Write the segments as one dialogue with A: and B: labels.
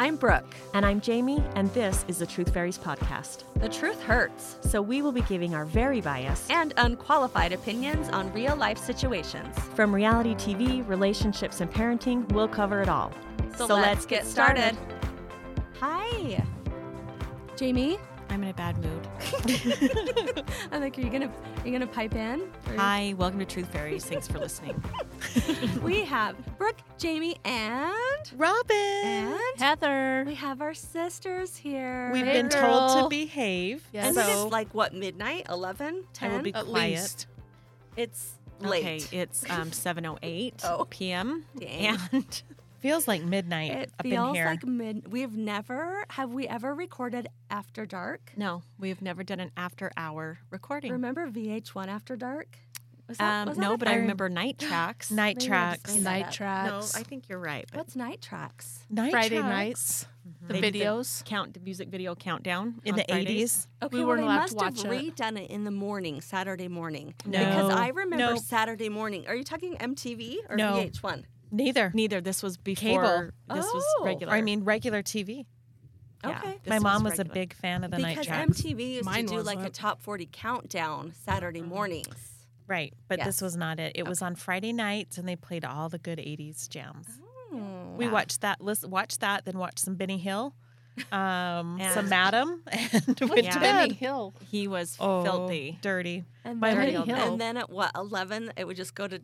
A: I'm Brooke.
B: And I'm Jamie, and this is the Truth Fairies podcast.
A: The truth hurts,
B: So we will be giving our very biased,
A: and unqualified opinions on real life situations.
B: from reality TV, relationships, and parenting, we'll cover it all.
A: Hi.
C: Jamie, I'm in a bad mood.
A: I'm like, are you gonna are you gonna pipe in? Or-
C: Hi, welcome to Truth Fairies. Thanks for listening.
A: We have Brooke, Jamie, and
D: Robin.
A: and
C: Heather.
A: we have our sisters here.
D: We've
C: Hey,
D: been told
C: girl.
D: to behave.
C: Yes.
A: And it is
D: So
A: like what midnight, 11,
D: I
A: 10?
D: will be
C: At
D: quiet.
C: least.
A: it's late.
C: Okay, it's um, 7.08
A: Oh.
C: p.m.
A: Dang.
C: And
D: Feels like midnight
A: It
D: up in
A: feels
D: here.
A: like mid. We've never have we ever recorded after dark.
C: no, we've never done an after-hour recording.
A: Remember VH1 After Dark? Was
C: um,
A: was
C: no,
A: a
C: but I
A: thing?
C: remember night tracks.
D: night
A: Maybe I just
D: tracks.
A: made that
E: Night
A: up.
C: No,
E: tracks.
C: I think you're right. but
A: What's night tracks?
D: Night
E: Friday
D: tracks.
E: nights. The
C: they did
E: videos.
C: count the music video countdown
D: in
C: on
D: the
C: Fridays.
D: 80s.
A: Okay,
E: We
A: well,
E: weren't
A: they
E: allowed to
A: must have
E: watch it.
A: redone it in the morning, Saturday morning.
C: No.
A: Because I remember
D: No.
A: Saturday morning. Are you talking MTV or
D: No.
A: VH1?
D: Neither.
C: Neither. This was before.
D: Cable.
C: This
A: Oh.
C: was regular.
D: Or, I mean, regular TV.
C: Yeah,
A: Okay.
C: this
D: My mom was a
C: regular.
D: big fan of the night
A: Because
D: tracks.
A: MTV used
E: Mine
A: to do like a
E: wasn't.
A: top 40 countdown Saturday mornings.
D: right. But
A: Yes.
D: this was not it. It was on Friday nights, and they played all the good 80s jams.
A: Hmm.
D: We watched that. Let's watch that, then watch some Benny Hill, um, some
C: And-
D: Madam, and went
C: Yeah.
D: to bed.
E: Hill.
C: He was
D: Oh,
C: filthy.
D: dirty.
A: And
D: My
A: then,
E: Hill.
A: and then at what, 11, it would just go to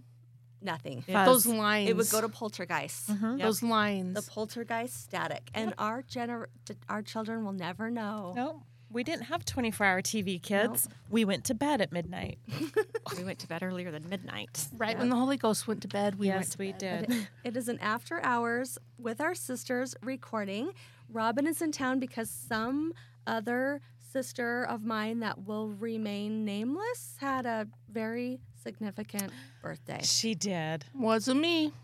A: nothing.
C: Yeah.
E: Those lines.
A: It would go to poltergeist.
D: Mhm.
C: Yep.
E: those lines.
A: The poltergeist static. And our gener- our children will never know.
D: No, we didn't have 24 hour TV, kids. We went to bed at midnight.
C: we went to bed earlier than midnight.
E: right when the Holy Ghost went to bed, we went
D: yes,
E: to
D: we
E: bed.
D: did.
A: It is an after hours with our sisters recording. Robin is in town because some other sister of mine that will remain nameless had a very significant birthday.
D: She did.
E: Wasn't me.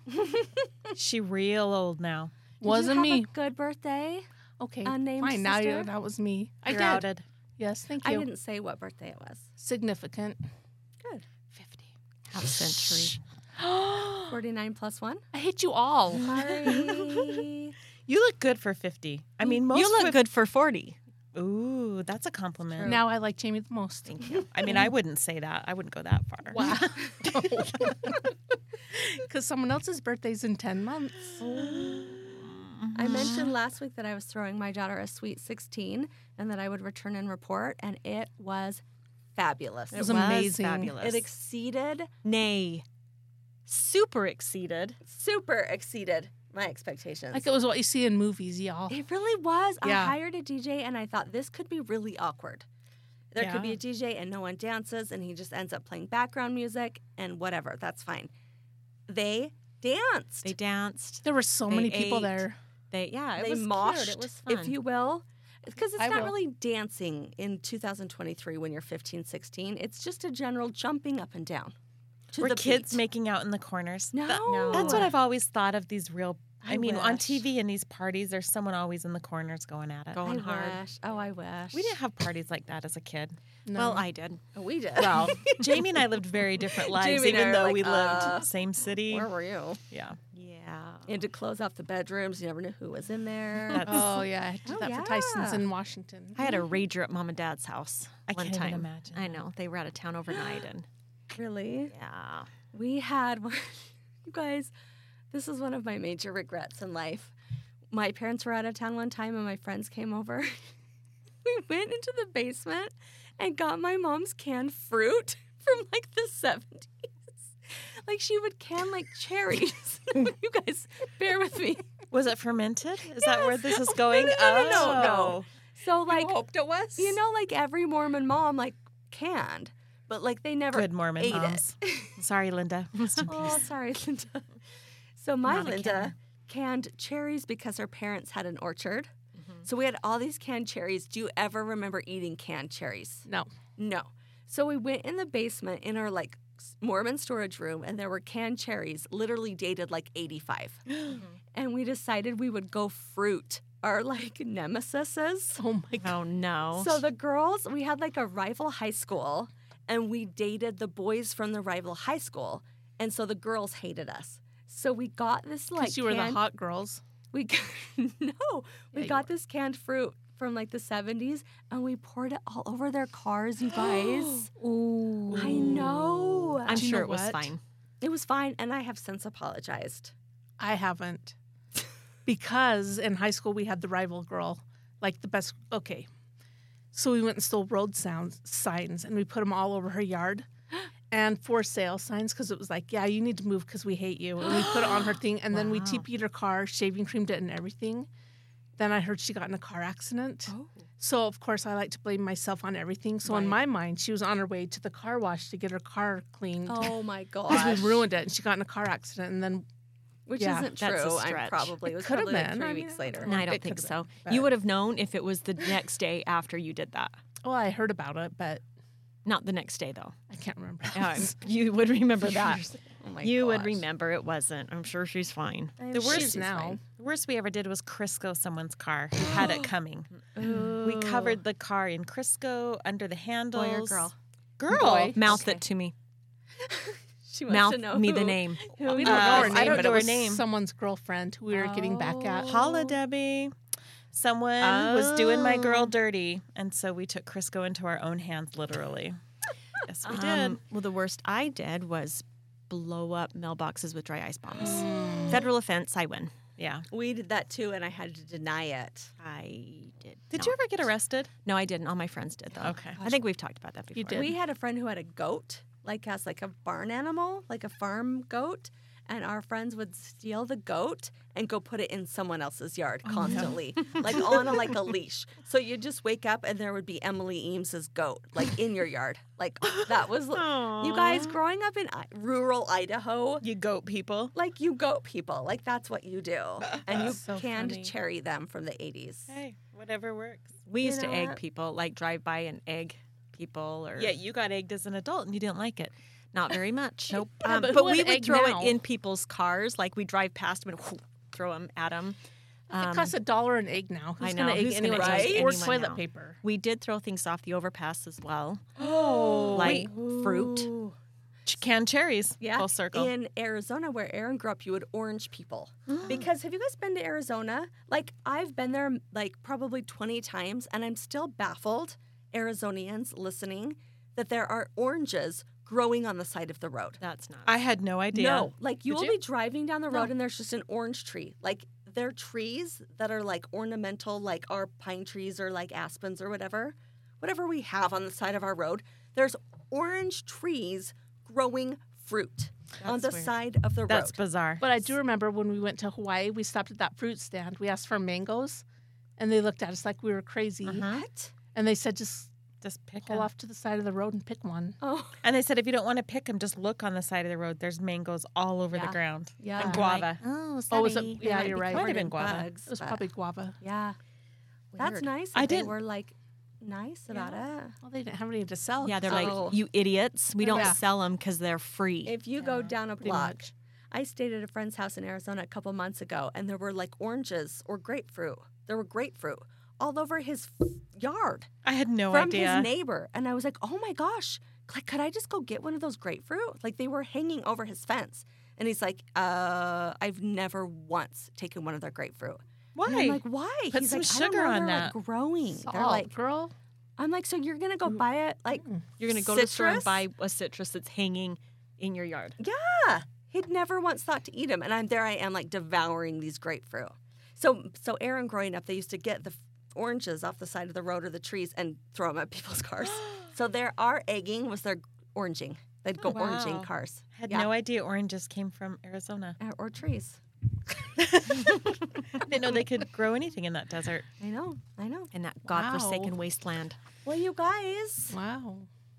D: She real old now.
A: Did you
E: Wasn't
A: have
E: me.
A: A good birthday.
E: okay.
A: unnamed
E: Fine. Now
A: sister?
E: you, that was me. I
D: You're
E: did.
D: outed.
E: Yes. Thank
A: I
E: you.
A: didn't say what birthday it was.
E: Significant.
A: Good.
E: Fifty.
C: Half century.
E: I
A: Forty nine plus one.
E: hate you all. Mm-hmm.
A: Sorry.
D: You look good for 50. I mean, most
C: you look
D: women-
C: good for 40.
D: Ooh, that's a compliment.
E: Now I like Jamie the most.
C: Thank you.
D: I mean, I wouldn't say that. I wouldn't go that far.
E: Wow. Because someone else's birthday's in ten months.
A: I mentioned last week that I was throwing my daughter a sweet sixteen and that I would return and report, and it was fabulous.
E: It was amazing.
C: Fabulous.
A: It exceeded
C: Nay, super exceeded.
A: super exceeded my expectations.
E: Like it was what you see in movies, y'all.
A: it really was. I
E: Yeah.
A: hired a DJ and I thought this could be really awkward. There could be
D: Yeah.
A: a DJ and no one dances and he just ends up playing background music and whatever. That's fine. They danced.
C: They danced.
E: There were so
C: They
E: many people
C: ate.
E: there.
C: They yeah, it
A: They
C: was cute.
A: moshed,
C: It was fun.
A: if you will. Because it's
E: I
A: not
E: will.
A: really dancing in 2023 when you're 15, 16. It's just a general jumping up and down. To
D: Were
A: the
D: kids
A: beat.
D: making out in the corners?
A: No.
D: That- that's what I've always thought of these real. I,
A: I
D: mean, on
A: wish.
D: TV and these parties, there's someone always in the corners going at it.
C: Go-
A: I
C: going hard.
A: wish. Oh, I wish.
D: We didn't have parties like that as a kid.
E: No.
C: Well, I did.
A: Oh, we did.
D: Well, Jamie and I lived very different lives,
A: Jamie and I
D: even
A: are
D: though
A: like,
D: we lived
A: uh,
D: same city.
A: Where were you?
D: Yeah.
C: Yeah.
A: And to close off the bedrooms, you never knew who was in there.
D: That's,
E: Oh yeah, I did
A: Oh,
E: that
A: yeah.
E: for Tyson's in Washington.
C: I had a rager at mom and dad's house
D: I
C: one
D: can't even
C: time.
D: imagine
C: I
D: that.
C: know they were out of town overnight, and
A: really?
C: yeah,
A: We had one. You guys, this is one of my major regrets in life. My parents were out of town one time and my friends came over. we went into the basement and got my mom's canned fruit from like the 70s. Like she would can like cherries. you guys, bear with me.
D: was it fermented? Is that where this is going?
A: no, no, no, no.
D: Oh.
A: So like
E: hoped it was.
A: You know, like every Mormon mom, like canned, but like they never.
D: Good Mormon
A: ate it.
D: moms. Sorry, Linda. Rest in
A: Oh,
D: peace.
A: sorry, Linda. So my
D: Not a
A: Linda canned cherries because her parents had an orchard.
D: Mm-hmm.
A: So we had all these canned cherries. Do you ever remember eating canned cherries?
E: No.
A: No. So we went in the basement in our like s- Mormon storage room, and there were canned cherries, literally dated like 85.
D: Mm-hmm.
A: and we decided we would go fruit our like nemesises.
E: Oh my god.
C: oh no,
A: So the girls, we had like a rival high school, and we dated the boys from the rival high school, and so the girls hated us. So we got this like
E: Because you were the
A: can-
E: hot girls.
A: we g- no, we
E: you
A: got this canned fruit from like the 70s and we poured it all over their cars, you guys.
E: Ooh.
A: I know.
C: I'm
E: Do you
C: sure
E: know
C: it was
E: what?
C: fine.
A: it was fine and I have since apologized.
E: I haven't. Because in high school we had the rival girl, like the best. Okay, so we went and stole road sounds signs and we put them all over her yard, and for sale signs because it was like, yeah, you need to move because we hate you, and we put it on her thing, and then we
C: Wow.
E: TP'd her car, shaving creamed it, and everything. Then I heard she got in a car accident.
A: Oh.
E: So of course I like to blame myself on everything. So in my mind, she was on her way to the car wash to get her car cleaned.
A: Oh my
E: Because
A: gosh.
E: we ruined it, and she got in a car accident, and then
A: Which
E: Yeah,
A: isn't
C: that's a
A: true. I
C: stretch.
A: probably it was
E: could have
A: probably like
E: been.
A: three
E: I mean,
A: weeks
E: I don't
A: later.
E: know.
C: No, I don't
E: It
C: think
E: could've
C: so.
E: been,
C: You
E: but-
C: would have known if it was the next day after you did that.
E: Well, oh, I heard about it, but
C: Not the next day though.
E: I can't remember.
C: Yeah, you would remember that.
A: Oh my
C: you would
A: gosh.
C: remember it wasn't. I'm sure she's fine.
A: I'm
D: The
A: sure
D: worst
A: she's
E: now.
A: fine.
D: The worst we ever did was Crisco someone's car. who had it coming. We covered the car in Crisco under the handles.
A: Boy or girl?
D: Girl.
E: Boy.
C: Mouth
E: Okay.
C: it to me.
A: She wants
C: Mouth
A: to know
C: me
A: who-
C: the name.
A: Who
E: We
A: we
E: don't know her
D: I
E: name, but
D: don't know
E: it
D: her
E: was
D: name. Oh.
E: someone's girlfriend who we were getting back at.
D: Holla, Debbie. Someone was doing my
C: Oh.
D: girl dirty, and so we took Crisco into our own hands, literally. yes, we did.
C: Um, well, the worst I did was blow up mailboxes with dry ice bombs. Federal offense. I win.
D: Yeah.
A: We did that too, and I had to deny it.
C: I did.
D: Did
C: not.
D: you ever get arrested?
C: No, I didn't. All my friends did though.
D: Okay.
C: I think we've talked about that before.
E: You did.
A: We had a friend who had a goat, like us, like a barn animal, like a farm goat. And our friends would steal the goat and go put it in someone else's
E: Oh,
A: yard constantly, like on a, like a leash. So you'd just wake up and there would be Emily Eames's goat, like in your yard. Like that was, you guys, growing up in I- rural Idaho,
D: You goat people.
A: like you goat people, like that's what you do. And you
E: That's so
A: canned
E: funny.
A: cherry them from the 80s.
D: Hey, whatever works.
C: We
A: You
C: used
A: know
C: to egg
A: what?
C: people, like drive by and egg people, or
D: Yeah, you got egged as an adult and you didn't like it.
C: not very much.
D: Nope.
E: Yeah,
C: Um,
E: but
C: but
E: who would
C: we would
E: egg
C: throw
E: now?
C: it in people's cars. Like we drive past them and whoo, throw them at them.
E: it costs a dollar an egg now.
C: I
E: Who's going
C: know.
E: to egg
C: Who's gonna
E: anyone
A: egg
E: else?
A: anyone
E: Or toilet
C: now?
E: paper.
C: we did throw things off the overpass as well,
E: Oh.
C: like fruit.
A: Ooh.
D: Ch- Canned cherries.
A: Yeah.
D: Full circle.
A: In Arizona, where Aaron grew up, you would orange people. because have you guys been to Arizona? Like, I've been there like probably 20 times, and I'm still baffled, Arizonians listening, that there are oranges growing on the side of the road.
C: That's not.
D: I had no idea.
A: No, like you
D: Did
A: will
D: you?
A: be driving down the road and there's just an orange tree. Like they're trees that are like ornamental, like our pine trees or like aspens or whatever, whatever we have on the side of our road. There's orange trees growing fruit on the
C: That's weird.
A: side of the
D: That's
A: road.
D: bizarre.
E: But I do remember when we went to Hawaii, we stopped at that fruit stand. We asked for mangoes, and they looked at us like we were crazy.
A: What?
E: And they said, just
D: Just pick
E: pull
D: 'em.
E: off to the side of the road and pick one.
A: Oh,
D: And they said if you don't want to pick them, just look on the side of the road. There's mangoes all over the
A: Yeah.
D: ground.
A: yeah.
D: And guava.
C: oh,
E: Oh, was it-
C: sorry.
E: yeah,
C: might
E: you're
C: be
E: right.
D: Might
A: Covered
D: have
A: in
D: been guava.
A: bugs,
E: It was
A: but-
E: probably guava.
A: yeah. That's
C: Weird.
A: nice.
D: I
A: that They
D: didn't-
A: were like nice about it.
E: Well, they didn't have any to sell.
C: Yeah, they're
A: Oh.
C: like, you idiots. We don't
E: Yeah.
C: 'em sell them because they're free.
A: If you go
D: Yeah,
A: down a
D: pretty
A: block,
D: much.
A: I stayed at a friend's house in Arizona a couple months ago, and there were like oranges or grapefruit. There were grapefruit all over his f- yard
D: I had no
A: from
D: idea.
A: his neighbor, and I was like, "Oh my gosh! Like, could I just go get one of those grapefruit?" Like they were hanging over his fence, and he's like, "Uh, I've never once taken one of their grapefruit." And
D: Why?
A: I'm like, "Why?"
D: Put
A: he's
D: some
A: like,
D: sugar
A: I
D: on
A: don't know, they're,
D: that.
A: Like growing. They're
E: Salt,
A: like,
E: girl.
A: I'm like, so you're gonna go buy it? Like,
C: You're gonna go to the store and
A: Citrus?
C: buy a citrus that's hanging in your yard.
A: Yeah, he'd never once thought to eat them, and I'm there. I am like devouring these grapefruit. So, so Aaron, growing up, they used to get the f- oranges off the side of the road or the trees and throw them at people's cars. so there, our egging was their oranging. They'd go
D: Oh, wow.
A: oranging cars
D: I had
A: Yeah.
D: no idea oranges came from Arizona.
A: uh, or trees.
D: I didn't know they could grow anything in that desert.
A: I know, I know.
C: In that
E: Wow.
C: godforsaken wasteland.
A: Well, you guys,
E: Wow.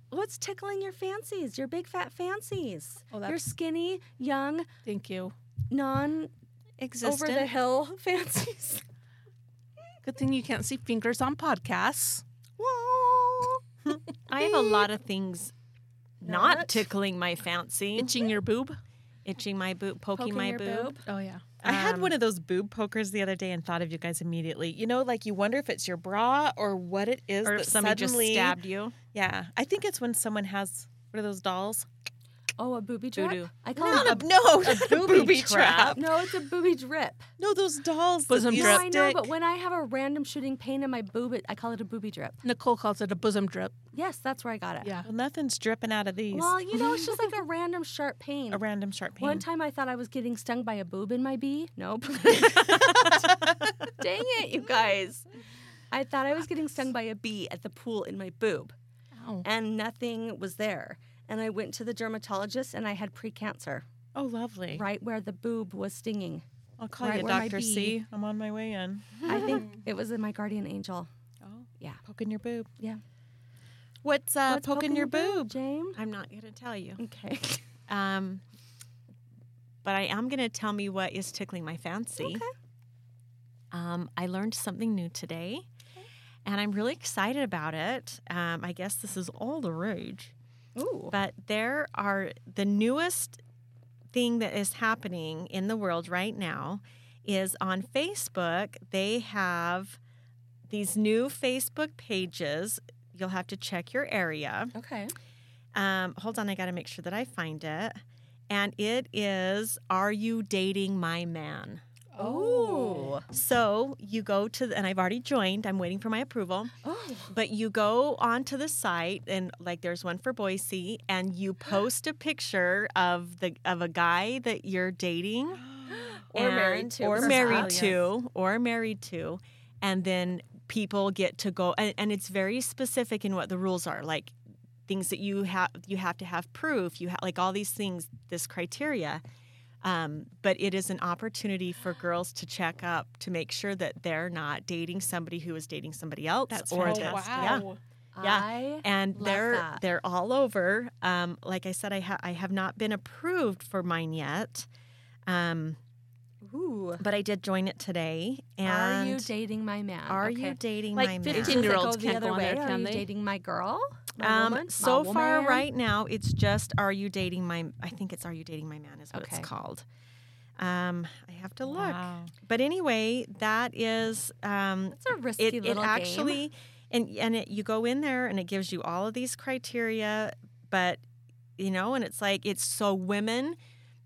A: what's tickling your fancies? Your big fat fancies.
E: Oh,
A: your
E: that's-
A: skinny, young,
E: Thank you.
A: non over the hill fancies.
E: Good thing you can't see fingers on podcasts.
A: Whoa.
C: I have a lot of things not,
A: Not?
C: tickling my fancy.
E: Itching your boob.
C: Itching my boob, poking,
A: Poking
C: my
A: your
C: boob.
E: Oh yeah.
D: I had
C: Um,
D: one of those boob pokers the other day and thought of you guys immediately. You know, like you wonder if it's your bra or what it is
C: Or
D: that
C: if somebody
D: suddenly.
C: just stabbed you.
D: Yeah, I think it's when someone has what are those dolls?
A: Oh, a booby trap.
D: Voodoo.
A: I call
D: Not
A: it
D: a, no, a
A: booby
D: booby, trap.
A: No, it's a booby drip.
D: No, those dolls. that
E: Bosom
D: you
E: drip.
A: No, I know,
D: stick-
A: but when I have a random shooting pain in my boob, it, I call it a booby drip.
E: Nicole calls it a bosom drip.
A: Yes, that's where I got it.
E: Yeah.
D: Well, nothing's dripping out of these.
A: Well, you know, it's just like a random sharp pain.
D: a random sharp pain.
A: One time I thought I was getting stung by a boob in my bee. Nope. Dang it, you guys. I thought I was getting stung by a bee at the pool in my boob,
E: Ow.
A: and nothing was there. And I went to the dermatologist, and I had precancer
D: Oh, lovely.
A: right where the boob was stinging.
D: I'll call
A: Right
D: you
A: where my
D: Dr.
A: bee-
D: C. I'm on my way in.
A: I think it was my guardian angel.
D: Oh,
A: Yeah.
D: poking your boob.
A: Yeah.
C: What's, uh,
A: What's
C: poking, your boob?
A: James?
C: I'm not going to tell you.
A: Okay.
C: Um, but I am going to tell me what is tickling my fancy.
A: Okay.
C: Um, I learned something new today, and I'm really excited about it. Um, I guess this is all the rage.
A: Ooh.
C: But there are the newest thing that is happening in the world right now is on Facebook, they have these new Facebook pages. You'll have to check your area.
A: Okay.
C: Um, hold on, I got to make sure that I find it. And it is Are You Dating My Man?
A: Oh.
C: So you go to, the, and I've already joined, I'm waiting for my approval.
A: Oh.
C: But you go onto the site and like there's one for Boise and you post a picture of the of a guy that you're dating
A: Or married
C: and-
A: to,
C: or
A: for
C: married
A: some.
C: to or married to and then people get to go and, and it's very specific in what the rules are like things that you have you have to have proof you have like all these things this criteria um, but it is an opportunity for girls to check up to make sure that they're not dating somebody who is dating somebody else
D: That's
E: Oh,
C: or
D: fantastic.
C: that's- yeah Yeah.
A: I
C: and
A: Oh, Love
C: they're
A: that.
C: they're all over. Um, like I said, I ha- I have not been approved for mine yet, um,
A: Ooh.
C: but I did join it today.
A: Are
C: And
A: you dating my man?
C: are
A: Okay.
C: you dating
E: Like
C: my um,
E: 15
C: man?
A: Does it
E: Year-olds
A: go the
E: can't
A: other
E: go on
A: way?
E: there,
A: Are
E: can
A: you
E: they?
A: dating my girl? My
C: Um,
A: woman?
C: so
A: My
C: far,
A: woman?
C: right now, it's just "Are you dating my?" I think it's "Are you dating my man?" is what
A: Okay.
C: it's called. Um, I have to look,
D: Wow.
C: but anyway, that is um,
A: It's a risky
C: it, it
A: little game.
C: actually and and it, you go in there and it gives you all of these criteria but you know and it's like it's so women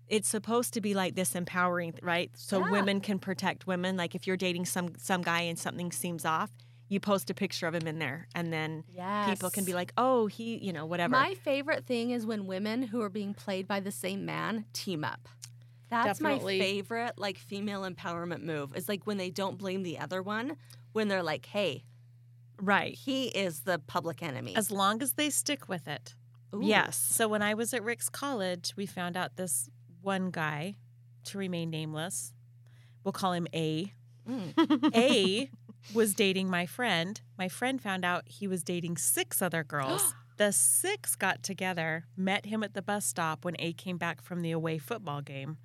C: it's supposed to be like this empowering right so
A: Yeah.
C: women can protect women like if you're dating some some guy and something seems off you post a picture of him in there and then
A: Yes.
C: people can be like oh he you know whatever
A: My favorite thing is when women who are being played by the same man team up. That's
E: Definitely.
A: my favorite like female empowerment move. Is like when they don't blame the other one when they're like, "Hey,
C: right
A: he is the public enemy."
D: As long as they stick with it.
A: Ooh.
C: yes
D: So when I was at Rick's college, we found out this one guy, to remain nameless, we'll call him A.
A: Mm.
D: A was dating my friend. My friend found out he was dating six other girls. the six got together, met him at the bus stop when A came back from the away football game.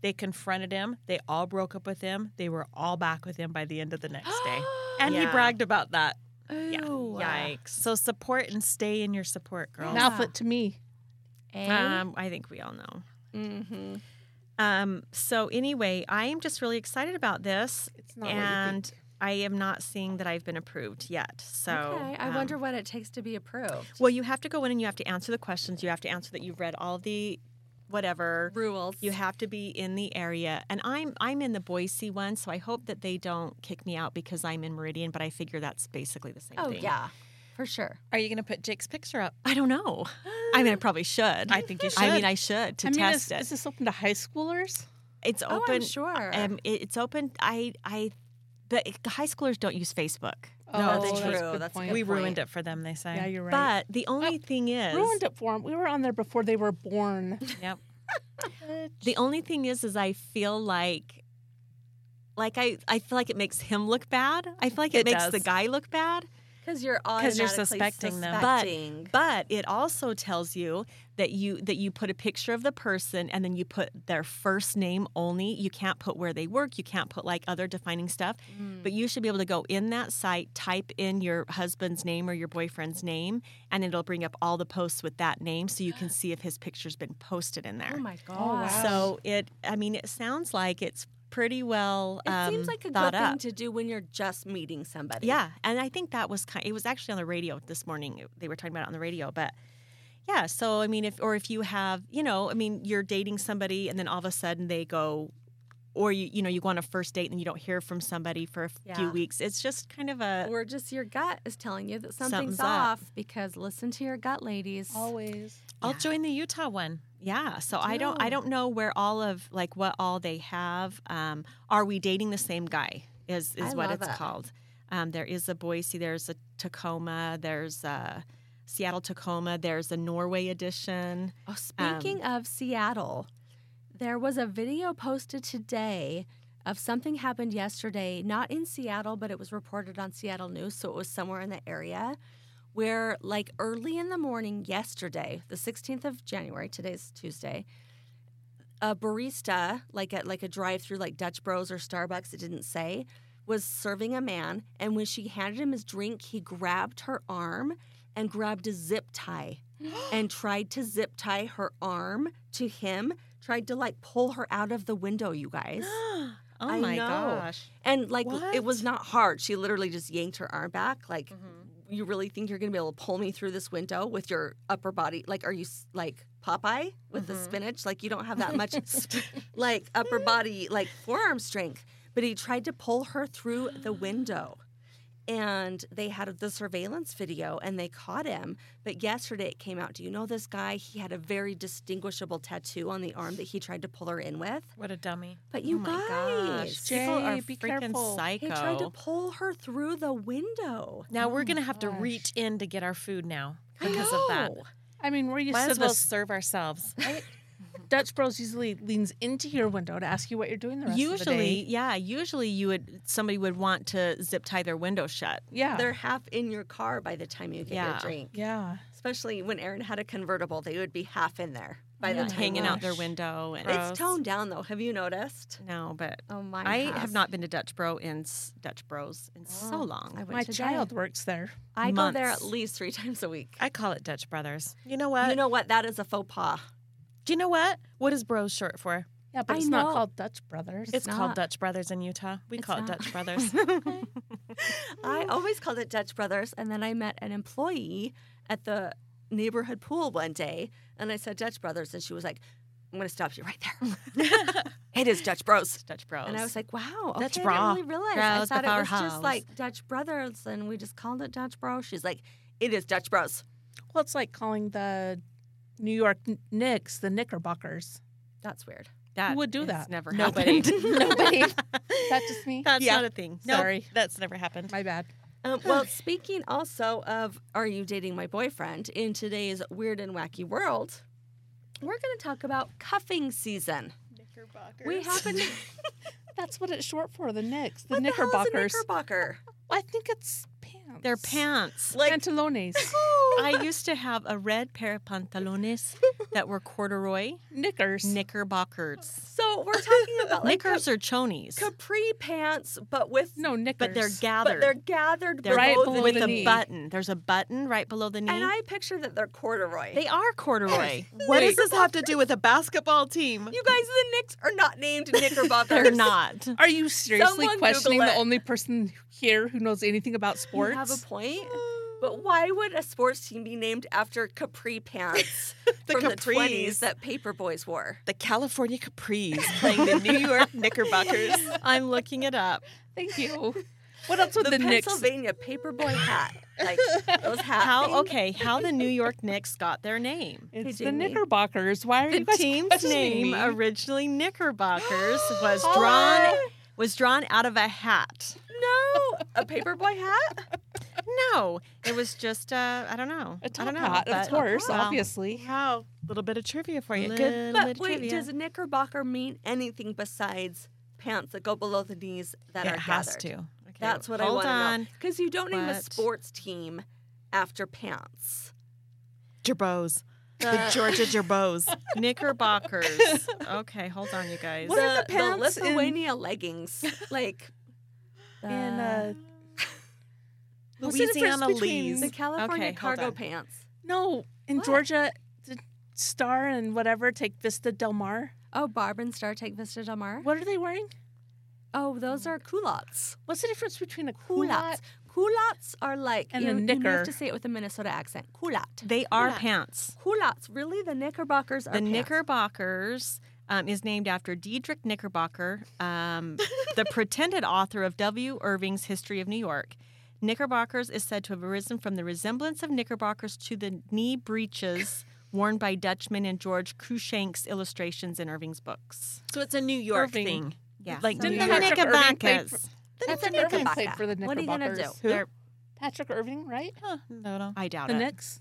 D: They confronted him. They all broke up with him. They were all back with him by the end of the next day. And he
C: Yeah.
D: bragged about that. Yeah.
A: Ooh.
C: yikes
D: So support and stay in your support, girls.
A: Now-
E: Mouth it to me.
A: A?
C: um, i think we all know
A: hmm
C: um, so anyway i am just really excited about this
E: It's not what you
C: and
E: think.
C: I am not seeing that I've been approved yet. So
A: okay. I
C: um,
A: wonder what it takes to be approved.
C: Well, you have to go in and you have to answer the questions. You have to answer that you've read all the whatever.
A: Rules.
C: You have to be in the area, and I'm I'm in the Boise one, so I hope that they don't kick me out because I'm in Meridian. But I figure that's basically the same
A: Oh
C: thing.
A: yeah, for sure.
D: Are you going to put Jake's picture up?
C: I don't know. I mean, I probably should.
D: I think you should.
C: I mean, I should to
E: I mean,
C: test
E: is, is
C: it.
E: this open to high schoolers?
C: It's open.
A: Oh, I'm sure.
C: um, it- it's open. I I, but high schoolers don't use Facebook.
E: Oh,
A: that's
E: a
A: true.
E: good
A: That's a
E: point.
A: good
D: we
A: point.
D: ruined it for them, they say.
E: Yeah, you're right.
C: But the only thing is
E: ruined it for them. We were on there before they were born.
D: Yep.
C: The only thing is, is I feel like, like I, I feel like it makes him look bad. I feel like it,
D: It
C: makes
D: does.
C: the guy look bad.
A: Because you're
D: you're
A: automatically
D: suspecting them.
C: But-
A: suspecting.
C: But it also tells you that you that you put a picture of the person and then you put their first name only. You can't put where they work. You can't put like other defining stuff.
A: Mm.
C: But you should be able to go in that site, type in your husband's name or your boyfriend's name, and it'll bring up all the posts with that name, so you can see if his picture's been posted in there.
A: oh my god! Oh.
C: So it, I mean, it sounds like it's pretty well.
A: It
C: um,
A: seems like a
C: thought
A: good thing
C: up.
A: to do when you're just meeting somebody.
C: Yeah, and I think that was kind. It was actually on the radio this morning. It- They were talking about it on the radio, but Yeah. So I mean, if or if you have, you know, I mean, you're dating somebody and then all of a sudden they go, or you, you know, you go on a first date and then you don't hear from somebody for a f- few
B: Yeah.
C: weeks. It's just kind of a
A: Or just your gut is telling you that something's,
C: Something's up.
A: off because listen to your gut, ladies.
E: Always.
D: I'll
C: Yeah.
D: join the Utah one.
C: yeah. So I don't I don't know where all of like what all they have. Um, are we dating the same guy? Is
A: I
C: is what
A: love
C: it's
A: it.
C: called. Um, there is a Boise. There's a Tacoma. There's a Seattle Tacoma. There's a Norway edition.
A: Oh, speaking of Seattle, there was a video posted today of something happened yesterday, not in Seattle, but it was reported on Seattle News, so it was somewhere in the area where like early in the morning yesterday, the 16th of January, today's Tuesday, a barista, like at like a drive-through like Dutch Bros or Starbucks, it didn't say, was serving a man and when she handed him his drink, he grabbed her arm and grabbed a zip tie and tried to zip tie her arm to him, tried to like pull her out of the window, you guys.
C: oh
A: I
C: my
A: know.
C: gosh.
A: And like it
D: What?
A: was not hard. She literally just yanked her arm back like you really think you're going to be able to pull me through this window with your upper body? Like are you s- like Popeye with the
D: Mhm.
A: spinach? Like you don't have that much like upper body like forearm strength, but he tried to pull her through the window. And they had the surveillance video and they caught him. But yesterday it came out. Do you know this guy? He had a very distinguishable tattoo on the arm that he tried to pull her in with.
D: What a dummy.
A: But you
C: oh my
A: guys,
C: gosh. People are
E: Jay, be
C: freaking
E: careful.
C: psycho.
A: he tried to pull her through the window.
D: Now
B: Oh
D: we're
B: my
D: gonna have to
B: gosh.
D: reach in to get our food now
A: I
D: because of that.
A: know.
E: I mean, we're used
D: Might
E: to
D: as well
E: this.
D: serve ourselves.
E: Dutch Bros usually leans into your window to ask you what you're doing the rest
C: usually
E: of the day.
C: yeah usually you would somebody would want to zip tie their window shut
E: Yeah.
A: They're half in your car by the time you get your
C: Yeah.
A: drink.
E: yeah.
A: Especially when Aaron had a convertible, they would be half in there by the
E: Yeah.
A: time.
C: hanging out their
E: gosh.
C: window and
D: Gross.
A: It's toned down though. Have you noticed?
C: no but
A: Oh my!
C: i have not been to dutch bro in s- dutch bros in so
A: Oh, I
C: long
A: went
E: My
A: today.
E: child works there.
A: I go there at
C: months.
A: least three times a week.
D: I call it Dutch Brothers. You know what?
A: you know what? That is a faux pas.
D: Do you know what? What is bros short for?
E: Yeah, but
A: I
E: it's
A: know.
E: not called Dutch Brothers.
D: It's, called
A: not.
D: Dutch Brothers in Utah. We
A: It's
D: call
A: not.
D: it Dutch Brothers.
A: I always called it Dutch Brothers, and then I met an employee at the neighborhood pool one day, and I said Dutch Brothers, and she was like, "I'm going to stop you right there. it is Dutch Bros."
C: dutch bros
A: And I was like, "Wow, okay,
C: Dutch
A: I
C: bra.
A: didn't really realize. I
C: Bros
A: thought it
C: before
A: was just
C: house."
A: like Dutch Brothers, and we just called it Dutch Bro." She's like, "It is Dutch Bros."
E: Well, it's like calling the New York Kn- Knicks the Knickerbockers.
A: That's weird.
C: that
E: would do
C: has
E: that?
C: never
E: Nobody.
C: happened.
E: Nobody. That's just me.
C: that's
D: Yeah.
C: not a thing No,
E: Sorry.
D: That's never happened.
E: My bad.
A: Um, well, speaking also of Are You Dating My Boyfriend, in today's weird and wacky world, we're going to talk about cuffing season. We happen to.
E: That's what it's short for, the Knicks. The
A: What hell is a
E: Knickerbockers.
A: knickerbocker?
E: I think it's pants.
C: they're pants
A: Like,
E: Pantalones.
C: i used to have a red pair of pantalones that were corduroy
E: Knickers.
C: knickerbockers
A: so we're talking about like
C: knickers or chonies
A: cap- capri pants, but with
E: No, knickers.
C: but they're gathered
A: but they're gathered
C: They're
E: right
A: below the
E: below
C: with
E: the
C: a
A: knee.
E: knee.
C: button. There's a button right below the knee.
A: And I picture that they're corduroy.
C: they are corduroy.
A: What does this have
C: to do with a basketball team?
A: you guys, the Knicks are not named knickerbockers.
C: They're not.
E: Are you seriously
A: Someone
E: questioning
A: Google
E: the
A: it.
E: only person here who knows anything about
A: You
E: sports?
A: have a point. But why would a sports team be named after capri pants
C: The
A: from
C: capris.
A: the 20s that paper boys wore?
C: The California Capris playing the New York Knickerbockers. I'm looking it up.
E: Thank you. What else would the, Knicks?
A: Pennsylvania paper boy hat. Like those hats.
C: How okay? How the New York Knicks got their name?
E: It's
A: Hey,
E: the
A: Jamie.
E: Knickerbockers. Why are
C: The
E: you guys
C: team's
E: questioning
C: name
E: me?
C: originally Knickerbockers was drawn was drawn out of a hat.
A: No, a paper boy hat?
C: No, it was just uh, I don't know.
E: A top
C: I don't know.
E: hat,
C: but-
E: of course,
C: well,
E: obviously.
D: Wow. Little bit of trivia for you. Good.
C: little bit
A: But
C: of
A: wait,
C: trivia.
A: does knickerbocker mean anything besides pants that go below the knees that are
D: It has
A: gathered?
D: to. Okay.
A: That's what
C: Hold
A: I want
C: on.
A: to know. Because you don't name a
C: What?
A: sports team after pants.
D: Gerbos. The
A: The-
D: Georgia Gerbos.
C: Uh, Knickerbockers. okay, hold on, you guys.
E: What are the pants in-
A: Lithuania leggings. Like
E: In uh, What's the difference
C: Louisiana
E: between
C: Lees.
A: the California
C: hold
A: cargo
C: on.
A: pants.
E: no, in
A: What?
E: Georgia, the Star and whatever take Vista Del Mar.
A: Oh, Barb and Star take Vista Del Mar.
E: What are they wearing?
A: Oh, those are culottes.
E: What's the difference between a culotte?
A: Culottes. Culottes are like
E: And
A: you,
E: a
A: you have
E: knicker.
A: to say it with a Minnesota accent. Culotte.
C: They are pants.
A: Culottes. Really, the Knickerbockers are
C: The
A: pants.
C: Knickerbockers um, is named after Diedrich Knickerbocker, um, the pretended author of W. Irving's History of New York. Knickerbockers is said to have arisen from the resemblance of knickerbockers to the knee breeches worn by Dutchmen in George Cruikshank's illustrations in Irving's books. So it's a New York
E: Irving.
C: thing. Yeah.
E: Like,
C: Like
E: didn't
C: the
E: Patrick Irving play for-
C: Knickerbockers.
A: That's a
E: Patrick Irving
A: Knickerbocker.
E: played for the
A: What are you gonna do?
E: Knickerbockers.
C: They're-
E: Patrick Irving, right?
D: Oh, no, no.
C: I doubt
E: The
C: it.
E: Knicks.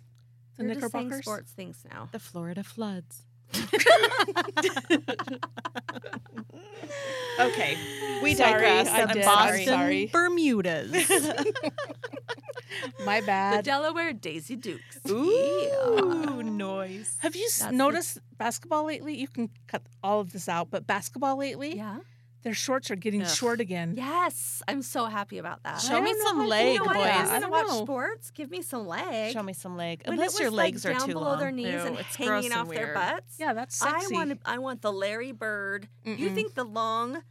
E: The
A: You're just saying
E: Knickerbockers.
A: sports things now.
D: The Florida floods. okay.
F: We
E: Sorry,
F: digress.
E: I
C: The
E: did.
C: Boston
E: Sorry.
C: Bermudas.
E: My
A: The
E: bad.
A: Delaware Daisy Dukes.
C: Ooh, noise.
E: Have you s-
A: That's the-
E: noticed basketball lately? You can cut all of this out, but basketball lately,
A: Yeah.
E: their shorts are getting
C: Ugh.
E: short again.
A: Yes, I'm so happy about that.
E: I
C: Show me
E: don't know
C: some
E: how to
A: you
C: leg,
A: know
E: feel
A: what?
E: about
A: I
E: that.
C: boys.
E: I
A: want to
E: don't
A: watch
E: know.
A: sports. Give me some leg.
C: Show me some leg.
A: When it
C: Unless your
A: was, like,
C: legs are
A: down
C: too
A: below
C: long.
A: their knees
C: Ew,
A: and
C: it's gross
A: hanging
C: and
A: off their
C: weird.
A: butts.
E: Yeah, that's sexy.
A: I want to, I want the Larry Bird. You
E: Mm-mm.
A: think the long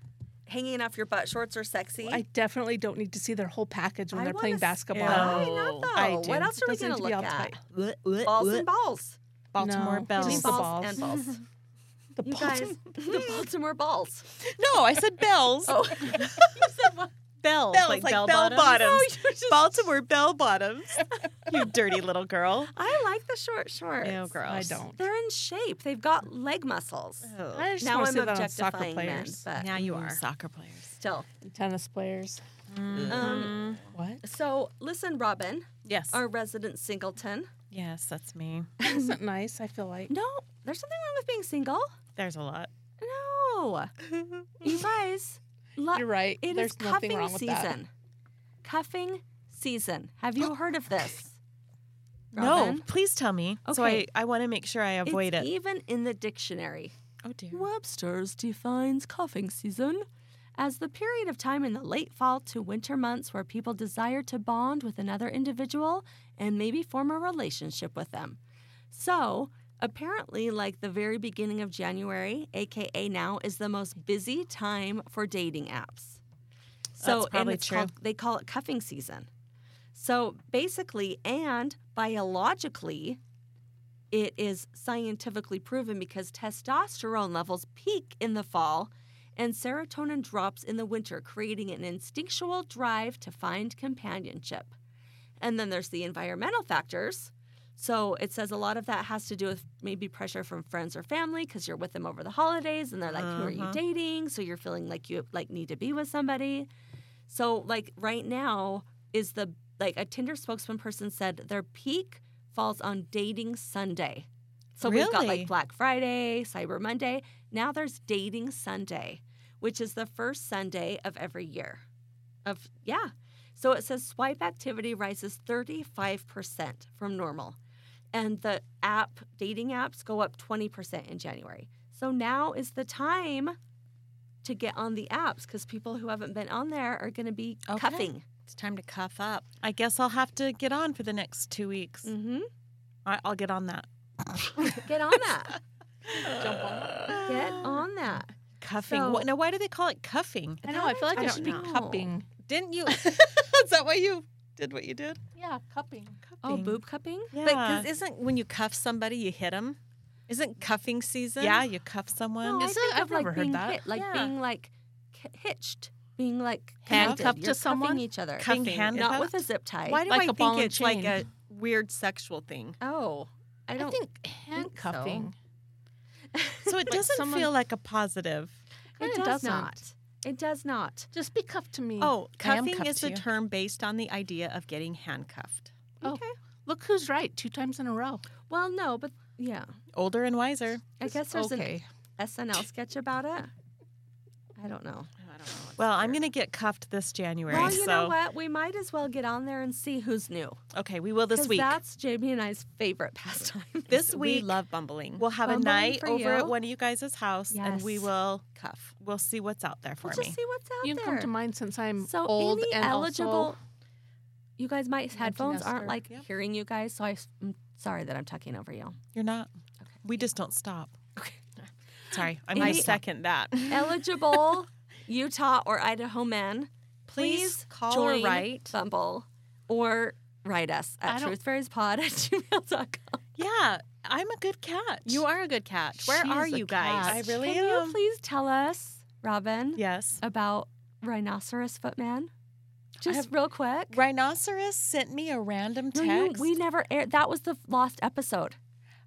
A: hanging off your butt shorts are sexy?
E: I definitely don't need to see their whole package when
A: I
E: they're
A: wanna
E: playing
A: s-
E: basketball.
C: Yeah.
A: Why not though?
E: I do.
A: What else are we gonna
E: Doesn't need to be
A: look
E: all
A: at?
E: tight.
A: Balls and balls.
C: Baltimore
E: No.
A: Give me
E: Just
C: bells.
E: the
A: balls,
E: balls.
A: and balls.
E: The
A: You
E: balls-
A: guys, the Baltimore balls.
C: No, I said bells.
A: Oh,
C: bells,
D: Bells,
C: like,
D: like
C: bell,
D: bell
C: bottoms.
D: bottoms.
C: No, you're just- Baltimore bell bottoms. you dirty little girl.
A: I like the short shorts.
C: No, girl.
E: I don't.
A: They're in shape. They've got leg muscles.
E: I just
A: now
E: want to
A: I'm
E: say that on soccer
A: objectifying men,
E: players,
A: but
C: Now you are.
D: Mm-hmm. Soccer players.
A: still.
E: tennis players. Mm-hmm.
A: Um,
E: What?
A: so listen, Robin,
D: Yes.
A: our resident singleton.
D: yes, that's me.
E: Isn't nice? I feel like
A: No, there's something wrong with being single.
D: There's a lot.
A: No, you guys. Lo-
E: you're right.
A: It is
E: There's nothing
A: cuffing
E: wrong with
A: season.
E: that.
A: Cuffing season. Have you heard of this?
D: No,
A: Robin?
D: please tell me. So I,
A: Okay.
D: I want to make sure I avoid
A: it's
D: it.
A: even in the dictionary.
D: oh dear.
A: Webster's defines coughing season as the period of time in the late fall to winter months where people desire to bond with another individual and maybe form a relationship with them. So, apparently, like the very beginning of January, aka now, is the most busy time for dating apps. So,
D: That's probably
A: and it's
D: true.
A: called, they call it cuffing season. So, basically, and biologically, it is scientifically proven because testosterone levels peak in the fall and serotonin drops in the winter, creating an instinctual drive to find companionship. And then there's the environmental factors. So it says a lot of that has to do with maybe pressure from friends or family because you're with them over the holidays and they're like, who are you
C: Uh-huh.
A: dating? So you're feeling like you like need to be with somebody. So like right now is the like a Tinder spokesman person said their peak falls on dating Sunday. So we've got
D: Really?
A: like Black Friday, Cyber Monday. Now there's dating Sunday, which is the first Sunday of every year. Of yeah. So it says swipe activity rises 35% from normal. And the app dating apps go up 20% in January. So now is the time to get on the apps because people who haven't been on there are going to be
C: Okay.
A: cuffing.
C: It's time to cuff up.
D: I guess I'll have to get on for the next two weeks.
C: Mm.
A: hmm
D: I, I'll get on that.
A: Get on that.
E: Jump on.
A: Get on that.
D: Cuffing.
A: So-
D: What, now, why do they call it cuffing?
E: I know. I feel like
A: I
E: I
A: don't
E: should be
A: know.
E: cupping.
D: Didn't you? Is that why you did what you did?
E: Yeah, cupping.
A: Oh,
D: Cuffing.
A: boob cupping?
D: Yeah.
C: But because isn't when you cuff somebody, you hit them? Isn't cuffing season?
D: yeah, you cuff
A: No,
D: someone.
A: I
E: Is it?
A: think
E: I've
A: of, like
E: never heard
A: being
E: that.
A: hit, like
C: Yeah.
A: being like k- hitched, being like
D: Handcuffed
A: connected.
E: to
A: You're
E: someone?
A: cuffing each other,
D: Cuffing.
A: Being
D: Handcuffed?
A: not with a zip tie.
C: Why do
E: Like
C: I
E: a ball
C: think
E: and
C: it's like
E: chain.
C: a weird sexual thing?
A: Oh, I
E: I,
A: don't.
E: think handcuffing.
D: So
E: Like
D: it doesn't
E: someone-
D: feel like a positive.
E: And
A: it
E: it
A: does
E: doesn't.
A: not. It does not.
E: Just be cuffed to me.
C: Oh,
E: I am
C: cuffing
E: cuffed
C: is
E: to
C: a
E: Mm, you.
C: term based on the idea of getting handcuffed.
E: Oh. Look who's right. Two times in a row.
A: Well, no, but yeah.
D: Older and wiser.
A: I guess there's
E: okay.
A: an SNL sketch about it. I don't know.
C: I don't know.
D: Well, I'm going to get cuffed this January.
A: Well, you
D: so,
A: know what? We might as well get on there and see who's new.
D: okay, we will this
A: 'Cause
D: week.
A: That's Jamie and I's favorite pastime.
C: This
D: we
C: week, we love bumbling.
D: We'll have a
A: Bumbling
D: night
A: for
D: over at
A: you.
D: one of you guys' house and we
A: Yes.
D: will
C: cuff.
D: we'll see what's out there for
A: We'll
D: me.
A: just see what's out
E: You can
A: there.
E: come to mine since I'm
A: So
E: old
A: any
E: and
A: eligible.
E: also
A: you guys, my headphones
E: nester.
A: aren't like
D: Yep.
A: hearing you guys, so I, am sorry that I'm talking over you.
D: You're not.
A: Okay.
D: We just don't stop.
A: Okay.
D: Sorry, I'm
A: Any-
D: I second that.
A: eligible Utah or Idaho men, please,
D: Please call or
A: join
D: write.
A: Bumble or write us
D: I
A: at
D: don't-
A: truthfairiespod at gmail.com.
C: Yeah, I'm a good catch. You are a good catch. Where
D: She
C: are
D: is a
C: you guys?
D: catch. I really
A: Can
D: am.
A: you please tell us, Robin,
D: Yes.
A: about Rhinoceros Footman? Just real quick.
D: Rhinoceros sent me a random
A: No,
D: text.
A: you- we never aired. That was the lost episode.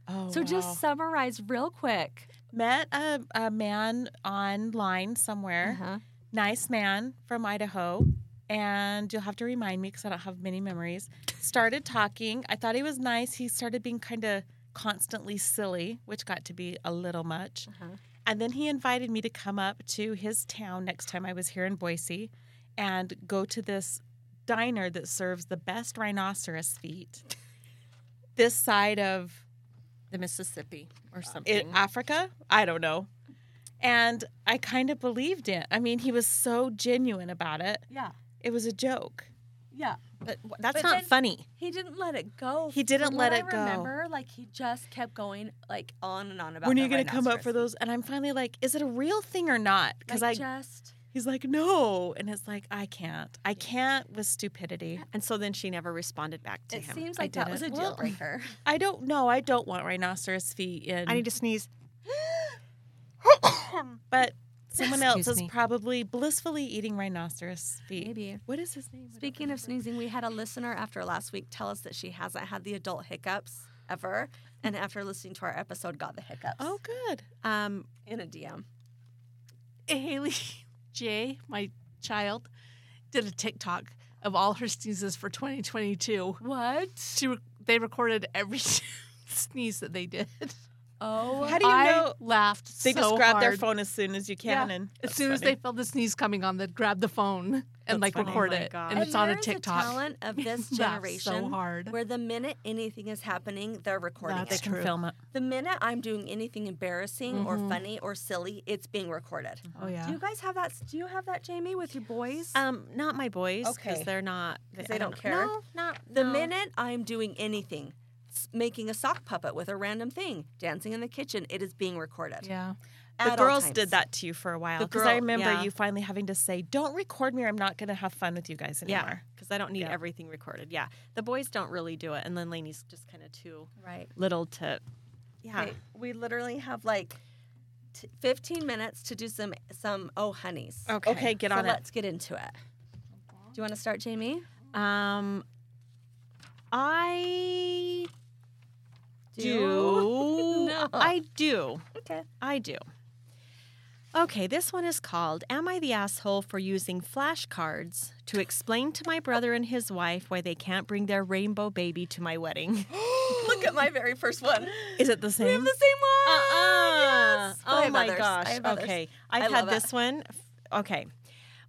D: oh,
A: so
D: wow.
A: just summarize real quick.
D: met a, a man online somewhere.
A: Uh-huh.
D: Nice man from Idaho. And you'll have to remind me because I don't have many memories. Started talking. I thought he was nice. He started being kind of constantly silly, which got to be a little much.
A: Uh-huh.
D: And then he invited me to come up to his town next time I was here in Boise and go to this diner that serves the best rhinoceros feet this side of
C: the Mississippi or something.
D: it, Africa. I don't know. And I kind of believed it. I mean, he was so genuine about it.
E: Yeah.
D: It was a joke.
E: Yeah.
C: but w- that's
A: But
C: not
A: then-
C: funny.
A: He didn't let it go.
D: He didn't
A: From
D: let
A: what
D: it
A: I
D: go.
A: remember, like he just kept going like on and on about
D: when are you
A: that
D: going to come up
A: rhinoceros
D: for those? And I'm finally like, is it a real thing or not? Because
A: like,
D: I,
A: just
D: he's like, no. And it's like, I can't. I can't with stupidity.
C: And so then she never responded back to
A: it
C: him.
A: seems
D: I
A: like that was a
D: didn't.
A: deal
D: Well,
A: breaker.
D: I don't know. I don't want rhinoceros feet in.
C: I need to sneeze.
D: but someone else
C: Excuse
D: is
C: me.
D: probably blissfully eating rhinoceros feet.
A: Maybe.
D: What is his name? I don't
A: Speaking of
D: remember.
A: sneezing, we had a listener after last week tell us that she hasn't had the adult hiccups ever, and after listening to our episode, got the hiccups.
D: Oh, good.
C: Um,
A: in a DM.
E: Haley J, my child, did a TikTok of all her sneezes for 2022. What? She re- they recorded every sneeze that they did.
A: Oh,
D: How do you
E: I
D: know?
E: Laughed.
D: They
E: so
D: just grab their
E: hard.
D: phone as soon as you can,
E: Yeah.
D: and
E: As soon as they felt the sneeze coming on, they'd grab the phone and
D: That's
E: like
D: funny.
E: record
C: Oh my
E: it,
C: God.
E: and it's on a
A: there's
E: TikTok.
A: talent of this
E: That's
A: generation.
E: so hard.
A: Where the minute anything is happening, they're recording
E: That's
A: it.
D: they can
E: true.
D: film it.
A: The minute I'm doing anything embarrassing or
E: Mhm.
A: funny or silly, it's being recorded.
E: Oh
A: Mm-hmm. Do
E: yeah.
A: you guys have that? Do you have that, Jamie, with your boys?
C: um, not my boys because
D: Okay.
C: they're not.
A: 'Cause
C: I
A: they don't care?
C: No, not
A: the
C: no.
A: minute I'm doing anything, s- making a sock puppet with a random thing, dancing in the kitchen, it is being recorded.
E: Yeah.
A: At
D: The
A: all
D: girls
A: times.
D: did that to you for a while
C: The
D: because I
C: girl-
D: remember
C: yeah.
D: you finally having to say, "Don't record me, or I'm not going to have fun with you guys
C: Yeah,
D: anymore."
C: because I don't need
D: Yeah.
C: everything recorded. Yeah, the boys don't really do it, and then Lainey's just kind of too
A: Right.
C: little to. Yeah,
A: They- we literally have like t- 15 minutes to do some some oh honeys.
D: Okay, get
A: so
D: on it.
A: let's get into it. Do you want to start, Jamie?
C: Um, I do.
A: No.
C: I do.
A: Okay.
C: I do. Okay, this one is called Am I the Asshole for Using Flashcards to Explain to My Brother and His Wife Why They Can't Bring Their Rainbow Baby to My Wedding?
A: Look at my very first one.
D: Is it
A: We
D: the
A: have
D: same?
A: the same one. But I
C: Uh-uh. Oh
A: have
C: my
A: others.
C: gosh.
A: I have others.
C: okay. I've
A: I
C: had
A: love it.
C: this one. F- Okay.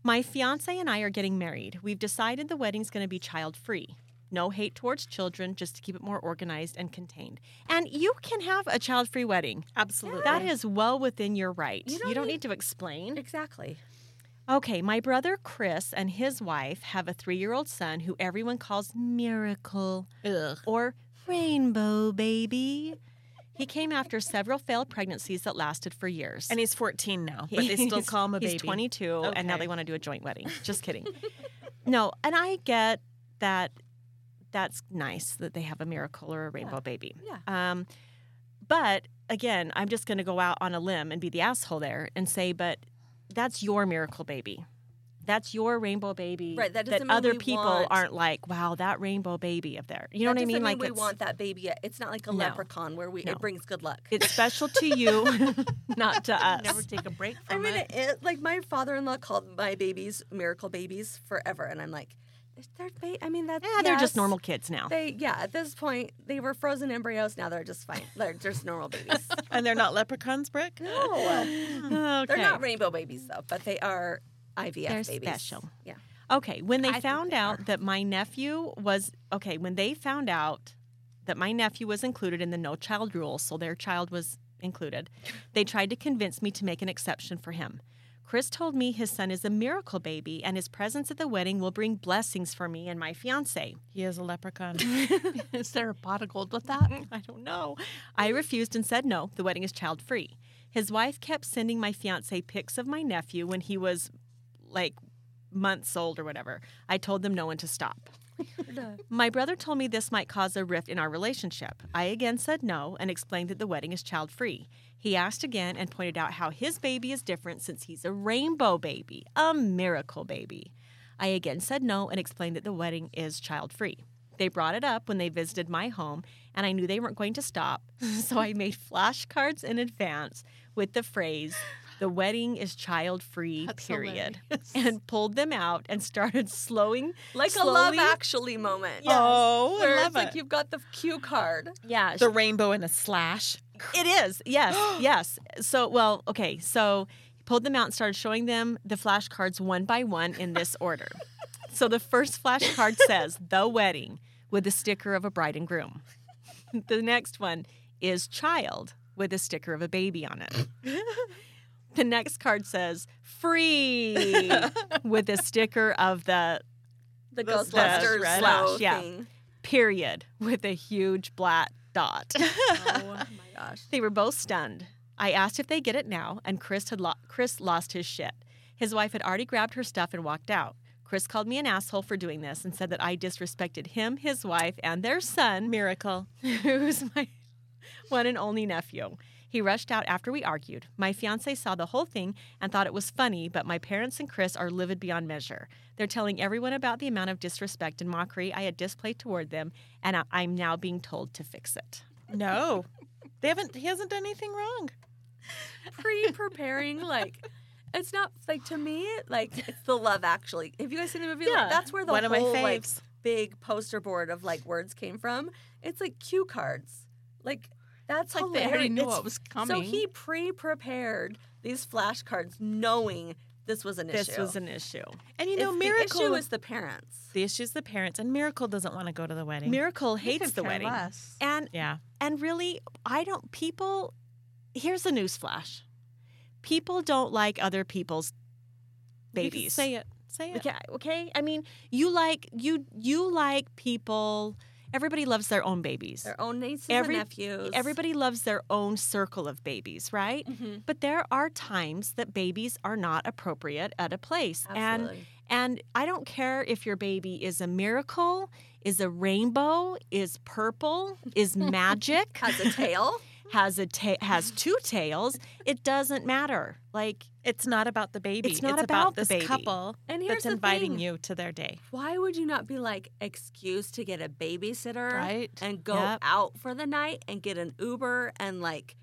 C: My fiance and I are getting married. We've decided the wedding's going to be child free. No hate towards children, just to keep it more organized and contained. And you can have a child free wedding.
D: Absolutely.
C: That is well within your right.
A: You don't need-
C: need to explain.
A: Exactly.
C: Okay, my brother Chris and his wife have a three year old son who everyone calls Miracle
D: Ugh.
C: or Rainbow Baby. He came after several failed pregnancies that lasted for years.
D: And he's 14 now, but they still
C: He's-
D: call him a baby.
C: He's 22, and now
D: Okay.
C: they want to do a joint wedding. Just kidding. no, and I get that. That's nice that they have a miracle or a rainbow baby.
A: Yeah.
C: Um, but again, I'm just going to go out on a limb and be the asshole there and say, but that's your miracle baby. That's your rainbow baby.
A: Right, that doesn't mean
C: other
A: we
C: people
A: want-
C: aren't like, wow, that rainbow baby up there. You
A: That
C: know what I
A: doesn't
C: mean? like
A: we
C: it's,
A: want that baby. yet. It's not like a
C: No.
A: leprechaun where we
C: No.
A: it brings good luck.
C: it's special to you, not to us.
E: Never take a break
A: I
E: from
A: mean,
E: it.
A: it, it- like my father-in-law called my babies miracle babies forever, and I'm like, they're. Ba- I mean, that's
C: yeah, they're
A: yes.
C: just normal kids now.
A: They yeah. At this point, they were frozen embryos. Now they're just fine. They're just normal babies.
D: and they're not leprechauns, Brooke?
A: no,
E: Hmm.
C: okay.
A: they're not rainbow babies though, but they are IVF
C: They're
A: babies.
C: special.
A: Yeah.
C: Okay, when they
A: I think
C: found
A: they
C: out that my nephew was okay, when they found out that my nephew was included in the no child rule, so their child was included, they tried to convince me to make an exception for him. Chris told me his son is a miracle baby and his presence at the wedding will bring blessings for me and my fiance.
D: He is a leprechaun.
E: Is there a pot of gold with that?
C: I don't know. I refused and said no, the wedding is child free. His wife kept sending my fiance pics of my nephew when he was like months old or whatever. I told them no one to stop. My brother told me this might cause a rift in our relationship. I again said no and explained that the wedding is child free. He asked again and pointed out how his baby is different since he's a rainbow baby, a miracle baby. I again said no and explained that the wedding is child free. They brought it up when they visited my home, and I knew they weren't going to stop, so I made flashcards in advance with the phrase, the wedding is child free, period, and pulled them out and started slowing
A: like a love
C: slowly-
A: actually moment.
D: Oh,
A: Where
D: I
A: it's
D: love
A: like
D: it.
A: you've got the cue card.
C: Yeah,
D: the rainbow in a slash.
C: It is. Yes. yes. So, well, okay. So he pulled them out and started showing them the flashcards one by one in this order. so the first flashcard says the wedding with a sticker of a bride and groom. the next one is child with a sticker of a baby on it. the next card says free with a sticker of the
A: The,
D: The slash,
A: Ghostbusters
D: right?
A: slow
C: Slash, yeah.
A: thing.
C: period with a huge black dot.
A: Oh my gosh.
C: They were both stunned. I asked if they get it now, and Chris had lo- Chris lost his shit. His wife had already grabbed her stuff and walked out. Chris called me an asshole for doing this and said that I disrespected him, his wife, and their son,
D: Miracle.
C: who's my one and only nephew. He rushed out after we argued. My fiance saw the whole thing and thought it was funny, but my parents and Chris are livid beyond measure. They're telling everyone about the amount of disrespect and mockery I had displayed toward them, and I- I'm now being told to fix it.
D: No. They haven't he hasn't done anything wrong.
A: Pre-preparing like it's not like to me like it's the love actually. Have you guys seen the movie? Like,
D: Yeah.
A: that's where the
D: One of
A: whole
D: my
A: like
D: faves.
A: big poster board of like words came from. It's like cue cards. Like that's
E: It's like they already
A: hilarious.
E: knew
A: It's
E: what was coming.
A: So he pre-prepared these flashcards, knowing this was an
C: This
A: issue.
C: was an issue.
D: And you
A: It's
D: know, Miracle
A: The issue is the parents.
D: the issue's the parents, and Miracle doesn't want to go to the wedding.
C: Miracle
E: He
C: hates
E: could
C: the
E: care
C: wedding.
E: less.
C: And
D: yeah.
C: and really, I don't people here's a newsflash. People don't like other people's
D: You can
C: babies.
D: Say it. Say it.
C: Okay, okay. I mean, you like you you like people everybody loves their own babies.
A: Their own nieces
C: Every-
A: and nephews.
C: Everybody loves their own circle of babies, right?
A: Mhm.
C: But there are times that babies are not appropriate at a place. And
A: Absolutely.
C: And I don't care if your baby is a miracle, is a rainbow, is purple, is magic,
A: has a tail.
C: has a ta- has two tails. It doesn't matter. Like
D: It's not about the baby.
C: It's not about
D: about,
C: the
D: this
C: baby.
D: couple
A: And here's
D: that's
A: the
D: inviting
A: thing.
D: you to their day.
A: Why would you not be like excused to get a babysitter
E: Right.
A: and go
C: Yep.
A: out for the night and get an Uber and like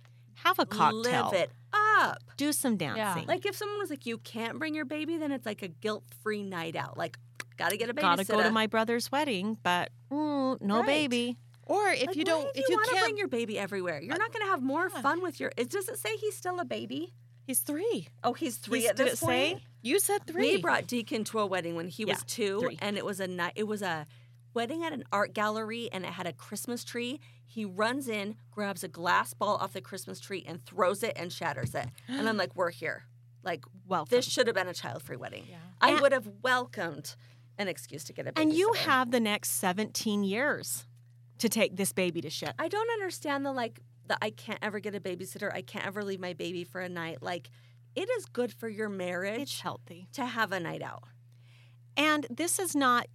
C: have a cocktail,
A: live it up?
C: do some dancing.
A: Like if someone was like, you can't bring your baby, then it's like a guilt-free night out. Like, gotta get a babysitter.
C: gotta go to my brother's wedding, but mm, no
A: Right.
C: baby.
D: Or if
A: Like,
D: you
A: why
D: don't,
A: do
D: if you
A: want to
D: can't,
A: bring your baby everywhere, you're not gonna have more fun with your. It does it say he's still a baby?
D: he's three.
A: Oh, he's three
C: He's-
A: at this
C: did it say?
A: point.
D: You said three.
A: We brought Deacon to a wedding when he was
C: Yeah,
A: two,
C: three.
A: and it was a night. It was a wedding at an art gallery, and it had a Christmas tree. He runs in, grabs a glass ball off the Christmas tree, and throws it and shatters it. And I'm like, "We're here. Like,
C: Well,
A: this should have been a child-free wedding. I
C: And-
A: would have welcomed an excuse to get a babysitter.
C: and you have the next 17 years to take this baby to shit.
A: I don't understand the like the I can't ever get a babysitter. I can't ever leave my baby for a night. Like, it is good for your
C: It's
A: marriage
C: healthy.
A: to have a night out.
C: and this is not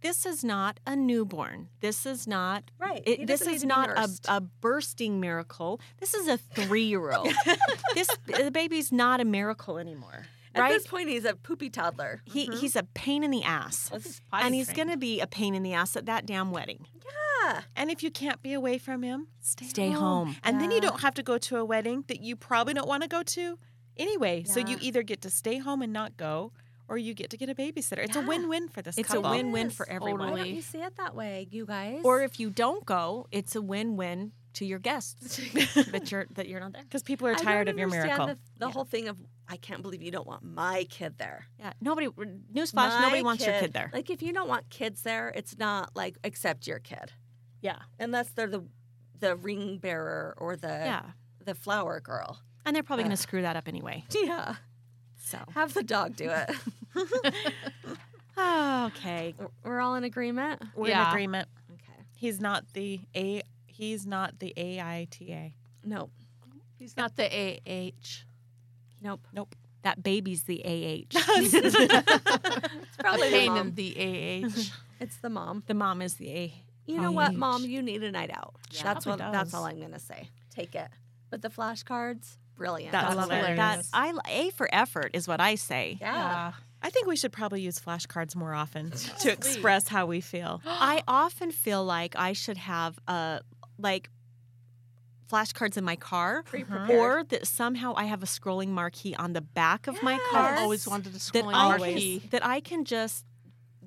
C: this is not a newborn this is not
A: Right. He
C: it, this
A: doesn't
C: is
A: need to be
C: not a,
A: nursed.
C: a bursting miracle this is a three-year-old this the baby's not a miracle anymore
A: At
C: right
A: this point, mm-hmm. he's a poopy toddler.
C: he, he's a pain in the ass and he's going to be a pain in the ass at that damn wedding
A: Ah.
D: and if you can't be away from him, stay,
C: Stay home.
D: And then you don't have to go to a wedding that you probably don't want to go to anyway. So you either get to stay home and not go, or you get to get a babysitter. It's a win-win for this
C: it's
D: couple.
C: a win-win for
A: Yes.
C: everyone
A: Why don't you say it that way, you guys?
C: or if you don't go it's a win-win to your guests that you're that you're not there
D: Because people are tired of your miracle.
A: The, the whole thing of I can't believe you don't want my kid there.
C: yeah nobody newsflash
A: My
C: nobody wants your kid there
A: Like if you don't want kids there, it's not like accept your kid
C: yeah
A: unless they're the the ring bearer or the
C: yeah
A: the flower girl.
C: and they're probably going
A: Ugh.
C: to screw that up anyway
A: Yeah,
C: so
A: have the dog do it.
C: Okay.
A: We're all in agreement.
D: We're in
E: Yeah.
D: agreement.
A: Okay.
D: He's not the a. He's not the AITA.
A: Nope.
E: He's not the AH.
A: Nope.
D: Nope.
C: That baby's the AH.
A: It's
E: A
A: probably the
E: pain in
A: mom.
E: the AH.
A: It's the mom.
C: the mom is the A.
A: You know what,
C: IH.
A: mom? You need a night out.
C: Yeah.
A: that's what.
C: Probably
A: That's
C: does.
A: all I'm gonna say. Take it. But the flashcards, brilliant.
C: That's
E: That's
C: what-
E: hilarious.
C: That I A for effort is what I say.
A: yeah.
E: Yeah.
D: I think we should probably use flashcards more often to express how we feel.
C: I often feel like I should have uh like flashcards in my car
A: Pre-prepared.
C: or that somehow I have a scrolling marquee on the back of my car
E: I've always wanted a
C: that
E: scrolling
C: I
E: marquee.
C: can, that I can just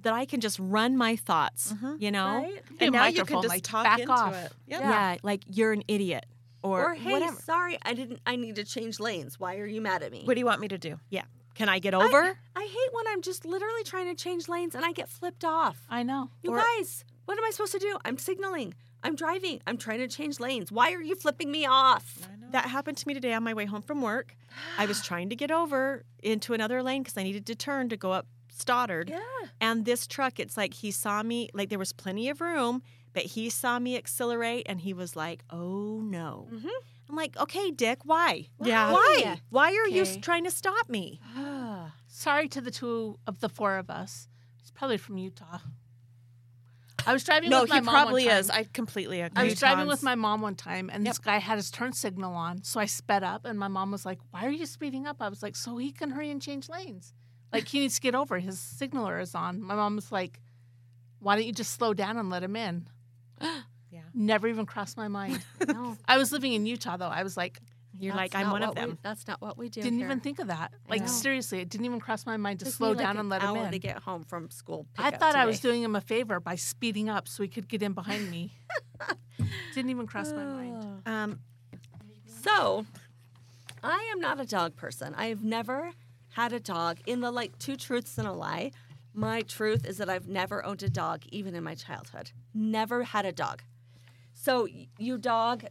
C: that I can just run my thoughts, you know?
A: Right?
E: Be a
D: And now you can
E: microphone,
D: just
E: like,
D: talk
E: back
D: into
E: off.
D: it.
C: Yeah.
D: Yep.
C: like you're an idiot or,
A: Or hey,
C: whatever.
A: sorry, I didn't. I need to change lanes. Why are you mad at me?
D: What do you want me to do?
C: Yeah. Can I get over?
A: I hate when I'm just literally trying to change lanes and I get flipped off.
E: I know.
A: You guys, what am I supposed to do? I'm signaling. I'm driving. I'm trying to change lanes. Why are you flipping me off?
C: That happened to me today on my way home from work. I was trying to get over into another lane because I needed to turn to go up Stoddard.
A: Yeah.
C: And this truck, it's like he saw me, like there was plenty of room, but he saw me accelerate and he was like, oh no.
A: Mhm.
C: I'm like, okay, Dick, why?
D: Yeah.
C: Why? Why are you s-
E: Okay.
C: trying to stop me?
E: Sorry to the two of the four of us. He's probably from Utah. I was driving
D: No,
E: with my
D: he
E: mom one
D: probably
E: time.
D: is. I completely agree.
E: I was driving with
D: Utahns.
E: my mom one time, and this guy had his turn signal on, so I sped up, and my mom was like, "Why are you speeding up?" I was like, "So he can hurry and change lanes. Like he needs to get over. His signaler is on." My mom was like, "Why don't you just slow down and let him in?"
D: Yeah.
E: Never even crossed my mind.
A: No.
E: I was living in Utah though. I was like,
C: You're
A: that's
C: like, I'm
A: not
C: one of
A: what we-
C: them.
A: that's not what we do.
E: didn't
A: here.
E: even think of that. Like
A: know.
E: seriously, it didn't even cross my mind to
A: Took me
E: slow
A: like an
E: down and let him
A: hour
E: in.
A: to get home from school.
E: I
A: pickup
E: thought I was
A: today.
E: doing him a favor by speeding up so he could get in behind me. didn't even cross my mind.
C: Um,
A: So, I am not a dog person. I have never had a dog. In the like two truths and a lie, my truth is that I've never owned a dog, even in my childhood. Never had a dog. So, y- you dog,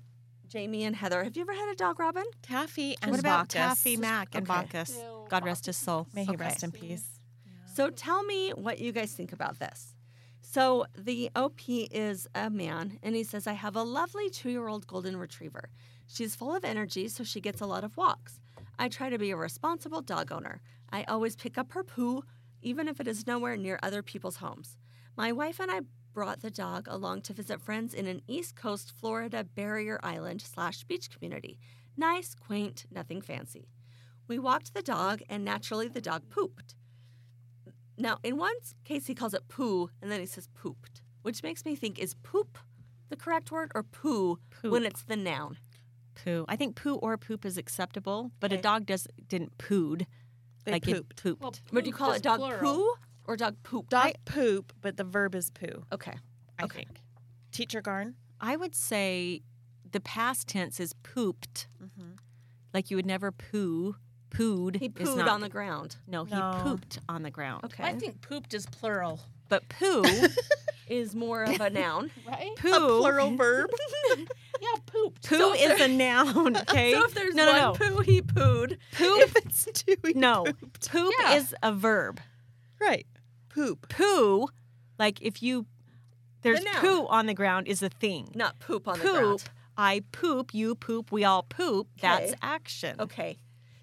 A: Jamie and Heather, have you ever had a dog, Robin?
D: Taffy and
C: what about
D: Bacchus.
C: Taffy Mack and
A: Okay.
C: Bacchus? God rest his soul.
D: May he
C: Okay.
D: rest in peace.
A: So tell me what you guys think about this. So the OP is a man, and he says, I have a lovely two year old golden retriever. She's full of energy, so she gets a lot of walks. I try to be a responsible dog owner. I always pick up her poo, even if it is nowhere near other people's homes. My wife and I brought the dog along to visit friends in an East Coast Florida barrier island slash beach community. Nice, quaint, nothing fancy. We walked the dog, and naturally the dog pooped. Now, in one case, he calls it poo, and then he says pooped, which makes me think is poop the correct word or poo when
C: Poop.
A: it's the noun?
C: Poo. I think poo or poop is acceptable, but a dog does didn't pooed.
D: They
C: like
D: pooped.
C: it pooped.
A: Would you call it dog poo or dog poop?
D: Dog poop, but the verb is poo.
A: Okay.
D: I think. Teacher Garn.
C: I would say the past tense is pooped. Like you would never poo. Pooed.
A: Mm-hmm. He
C: is
A: pooed
C: not-
A: on the ground.
C: No, he
D: No.
C: pooped on the ground.
A: Okay.
E: I think pooped is plural,
C: But poo,
A: is more of a noun.
E: right?
C: poo,
D: verb.
E: Yeah, pooped.
C: poo
A: So if
C: is a noun. Okay.
A: So if there's
C: no,
A: one
C: no, no.
A: poo, he pooed.
C: Poop. no, poop
E: Yeah.
C: is a verb.
D: right. Poop.
C: Poo, like if you there's
A: noun.
C: poo on the ground is a thing.
A: Not poop on the
C: poop.
A: ground.
C: I poop. You poop. We all poop. That's
A: Okay.
C: action.
A: Okay.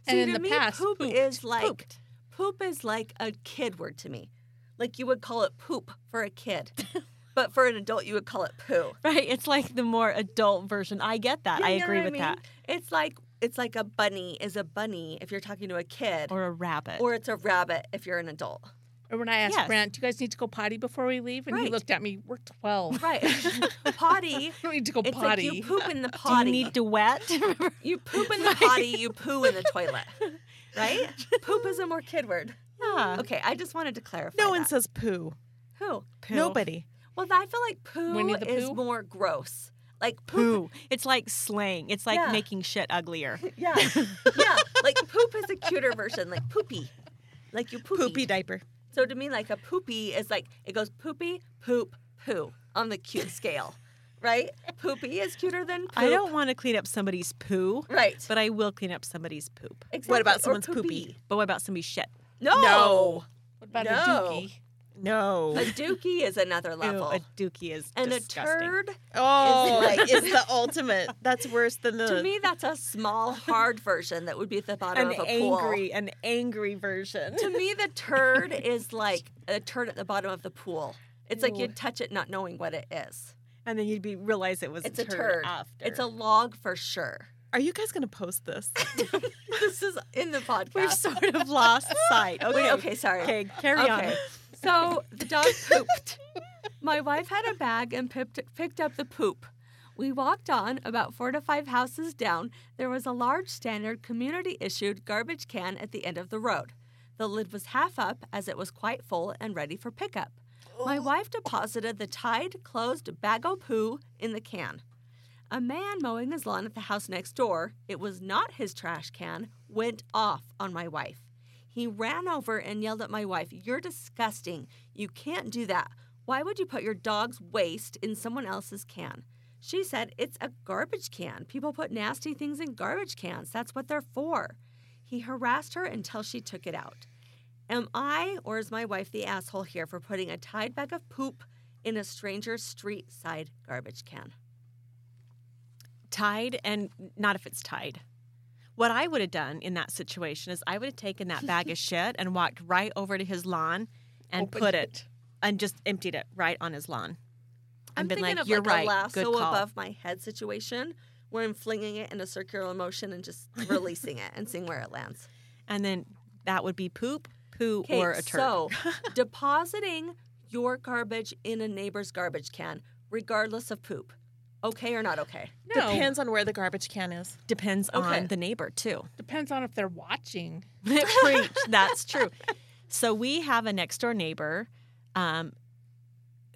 A: So
E: And
A: to
E: in the
A: me,
E: past,
A: poop
E: pooped.
A: is like
C: Pooped.
A: poop is like a kid word to me. Like you would call it poop for a kid, but for an adult you would call it poo.
C: Right. It's like the more adult version. I get that.
A: You
C: I
A: know
C: agree
A: what
C: with
A: mean?
C: that.
A: It's like it's like a bunny is a bunny if you're talking to a kid, or,
C: Or a rabbit.
A: it's a rabbit if you're an adult.
E: Or when I asked
C: Yes.
E: Brent, "Do you guys need to go potty before we leave?" and he
A: Right.
E: looked at me, "We're 12.
A: Right. potty.
E: I don't need to go
A: It's
E: potty."
A: like you poop in the
C: Do you
A: potty.
C: need to wet?
A: You poop in the potty, you poo in the toilet. Right? poop is a more kid word.
C: yeah.
A: Okay, I just wanted to clarify.
D: No one
A: that.
D: says poo.
A: who.
C: Poo.
D: Nobody.
A: Well, I feel like poo
E: Winnie the
A: is
E: Pooh?
A: more gross. Like poop.
C: Poo. It's like slang. It's like
A: Yeah.
C: making shit uglier.
A: Yeah. yeah. Like poop is a cuter version, like poopy. Like you poopy.
D: Poopy diaper.
A: So to me, like a poopy is like it goes poopy, poop, poo on the cute scale, right? Poopy is cuter than poop.
C: I don't want to clean up somebody's poo,
A: Right.
C: but I will clean up somebody's poop.
A: Exactly.
D: What about
A: Or
D: someone's poopy?
C: But what about somebody's shit?
A: No.
E: what about a
A: No.
E: dookie?
D: No.
A: A dookie is another
D: Ew,
A: level.
D: a dookie is
A: and
D: disgusting.
A: a turd,
D: Oh,
A: is-
D: like it's the ultimate. That's worse than the
A: to me, that's a small, hard version that would be at the bottom
D: an
A: of a
D: angry, an angry version.
A: pool. To me, the turd is like a turd at the bottom of the pool. It's like you'd touch it not knowing what it is.
D: And then you'd be realize it was
A: It's
D: a
A: a
D: turd,
A: turd.
D: after.
A: It's a log for sure.
D: Are you guys gonna post this?
A: This is in the podcast.
D: We've sort of lost sight. Okay.
A: Wait, okay, sorry.
D: Okay, carry on.
A: So the dog pooped. My wife had a bag and pipped, picked up the poop. We walked on about four to five houses down. There was a large standard community issued garbage can at the end of the road. The lid was half up as it was quite full and ready for pickup. My wife deposited the tied, closed bag o' poo in the can. A man mowing his lawn at the house next door, it was not his trash can, went off on my wife. He ran over and yelled at my wife, You're disgusting. You can't do that. Why would you put your dog's waste in someone else's can? She said, It's a garbage can. People put nasty things in garbage cans. That's what they're for. He harassed her until she took it out. Am I or is my wife the asshole here for putting a tied bag of poop in a stranger's street side garbage can?
C: tied and not if it's tied. What I would have done in that situation is I would have taken that bag of shit and walked right over to his lawn and put it, and just emptied it right on his lawn.
A: I'm
C: been
A: thinking
C: like,
A: of
C: "You're
A: like
C: right.
A: a lasso
C: Good call."
A: above my head situation where I'm flinging it in a circular motion and just releasing it and seeing where it lands.
C: And then that would be poop, poo,
A: Okay,
C: or a turd.
A: so depositing your garbage in a neighbor's garbage can, regardless of poop, okay or not okay?
E: No.
D: Depends on where the garbage can is.
C: Depends
A: Okay.
C: on the neighbor too.
E: Depends on if they're watching.
C: Preach. That's true. So we have a next door neighbor um,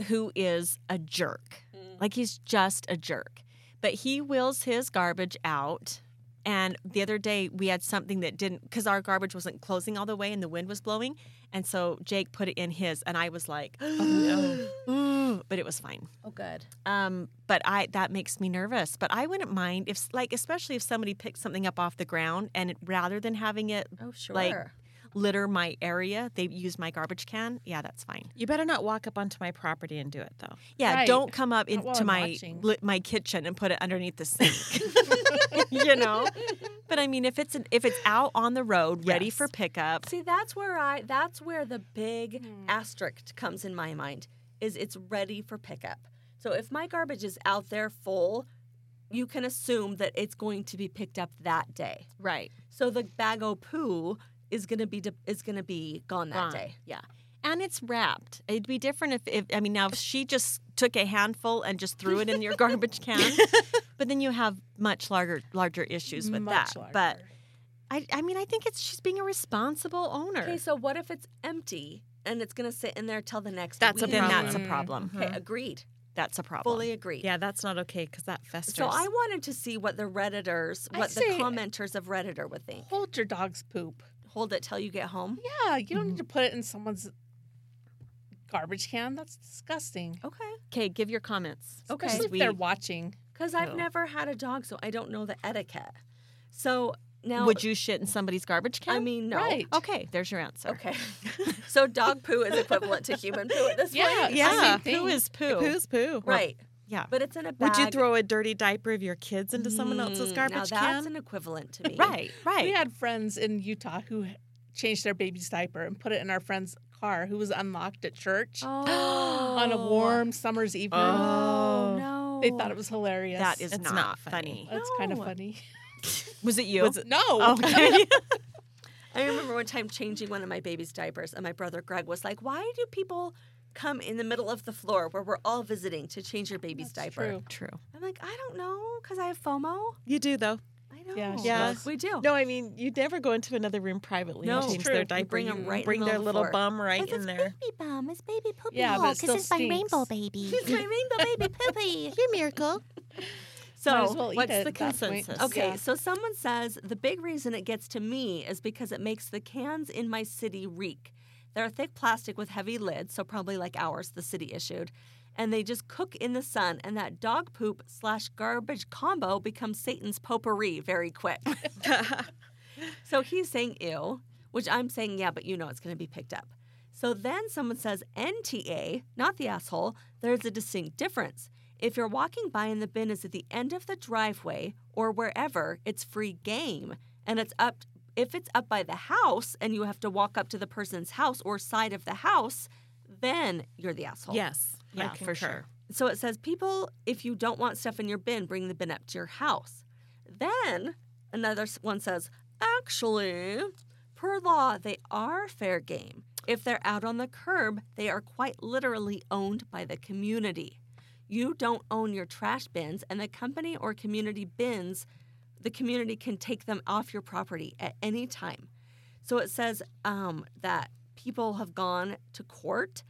C: who is a jerk. Like he's just a jerk. But he wheels his garbage out. And the other day we had something that didn't, because our garbage wasn't closing all the way and the wind was blowing. And so Jake put it in his, and I was like, "Ooh," but it was fine.
A: Oh, good.
C: Um, but I that makes me nervous. But I wouldn't mind if, like, especially if somebody picked something up off the ground, and it, rather than having it
A: Oh, sure.
C: Like, litter my area, they use my garbage can. Yeah, that's fine.
D: You better not walk up onto my property and do it though.
C: Yeah,
E: Right.
C: don't come up
E: Not while
C: into
E: I'm
C: my
E: watching.
C: li- my kitchen and put it underneath the sink. you know. But I mean, if it's an, if it's out on the road, ready for
D: Yes.
C: pickup,
A: See, that's where I that's where the big
C: Hmm.
A: asterisk comes in my mind is it's ready for pickup. So if my garbage is out there full, you can assume that it's going to be picked up that day.
C: right?
A: So the bag o' poo is gonna be de- is gonna be gone that
C: Gone.
A: day.
C: Yeah. And it's wrapped. It'd be different if, if I mean now if she just took a handful and just threw it in your garbage can, but then you have much larger larger issues with
E: much
C: that.
E: larger.
C: But I I mean I think it's she's being a responsible owner.
A: Okay, so what if it's empty and it's gonna sit in there till the next?
D: That's a
A: week?
C: then that's a
E: Mhm.
C: problem.
A: Okay, agreed.
C: That's a problem.
A: Fully agreed.
D: Yeah, that's not okay because that festers.
A: So I wanted to see what the redditors,
E: I
A: what the
E: say-
A: commenters of Redditor would think.
E: Hold your dog's poop.
A: Hold it till you get home.
E: Yeah, you
A: Mm-hmm.
E: don't need to put it in someone's garbage can. That's disgusting.
A: Okay.
C: Okay, give your comments.
A: Okay.
E: Especially if
C: We-
E: they're watching.
A: Because I've
C: No.
A: never had a dog, so I don't know the etiquette. So now,
C: Would you shit in somebody's garbage can?
A: I mean, no.
E: Right.
C: Um, okay, there's your answer.
A: Okay. so dog poo is equivalent to human poo at this
E: Yeah,
A: point.
C: Yeah,
E: Same
C: poo
E: thing.
C: is poo.
D: poo's poo.
A: Right.
C: yeah.
A: But it's in a bag.
D: Would you throw a dirty diaper of your kids into someone else's
A: Mm,
D: garbage
A: now That's
D: can?
A: an equivalent to me.
C: Right, right.
E: We had friends in Utah who changed their baby's diaper and put it in our friend's car who was unlocked at church
A: Oh.
E: on a warm summer's evening.
A: Oh, no.
E: They thought it was hilarious.
C: That is
D: It's
C: not,
D: not
C: funny.
E: That's kind of
A: No. Oh,
E: funny.
C: Was it you?
D: Was it-
E: No.
C: Okay.
A: I remember one time changing one of my baby's diapers, and my brother Greg was like, Why do people come in the middle of the floor where we're all visiting to change your baby's
E: That's
A: diaper?
E: true.
C: True.
A: I'm like, I don't know, because I have FOMO.
D: You do though.
A: I know.
E: Yeah, she
D: Yeah. does.
A: We do.
E: Oh.
D: No, I mean you never go into another room privately
A: No.
D: and change
A: It's
E: true.
D: their
E: You
D: diaper.
A: bring 'em right in
D: bring
A: the
D: their
A: middle
D: little
A: floor.
D: bum right
F: It's
D: in there.
F: baby bum. It's baby poopy
E: Yeah, but
F: hole
E: it still
F: because it's my rainbow
E: stinks.
F: baby.
A: It's my rainbow baby poopy.
F: Your miracle.
E: Might
A: So,
E: as well eat
C: what's
E: it
C: the
E: at that point. Oh.
C: consensus?
A: okay,
E: Yeah.
A: so someone says the big reason it gets to me is because it makes the cans in my city reek. They're thick plastic with heavy lids, so probably like ours, the city issued, and they just cook in the sun, and that dog poop slash garbage combo becomes Satan's potpourri very quick. so he's saying ew, which I'm saying yeah, but you know it's going to be picked up. So then someone says NTA, not the asshole. There's a distinct difference. If you're walking by and the bin is at the end of the driveway or wherever, it's free game. And it's up if it's up by the house and you have to walk up to the person's house or side of the house, then you're the asshole.
D: Yes.
C: Yeah,
D: I
C: for
D: concur.
C: sure.
A: So it says, people, if you don't want stuff in your bin, bring the bin up to your house. Then another s- one says, actually, per law, they are fair game. If they're out on the curb, they are quite literally owned by the community. You don't own your trash bins, and the company or community bins, the community can take them off your property at any time. So it says um, that people have gone to court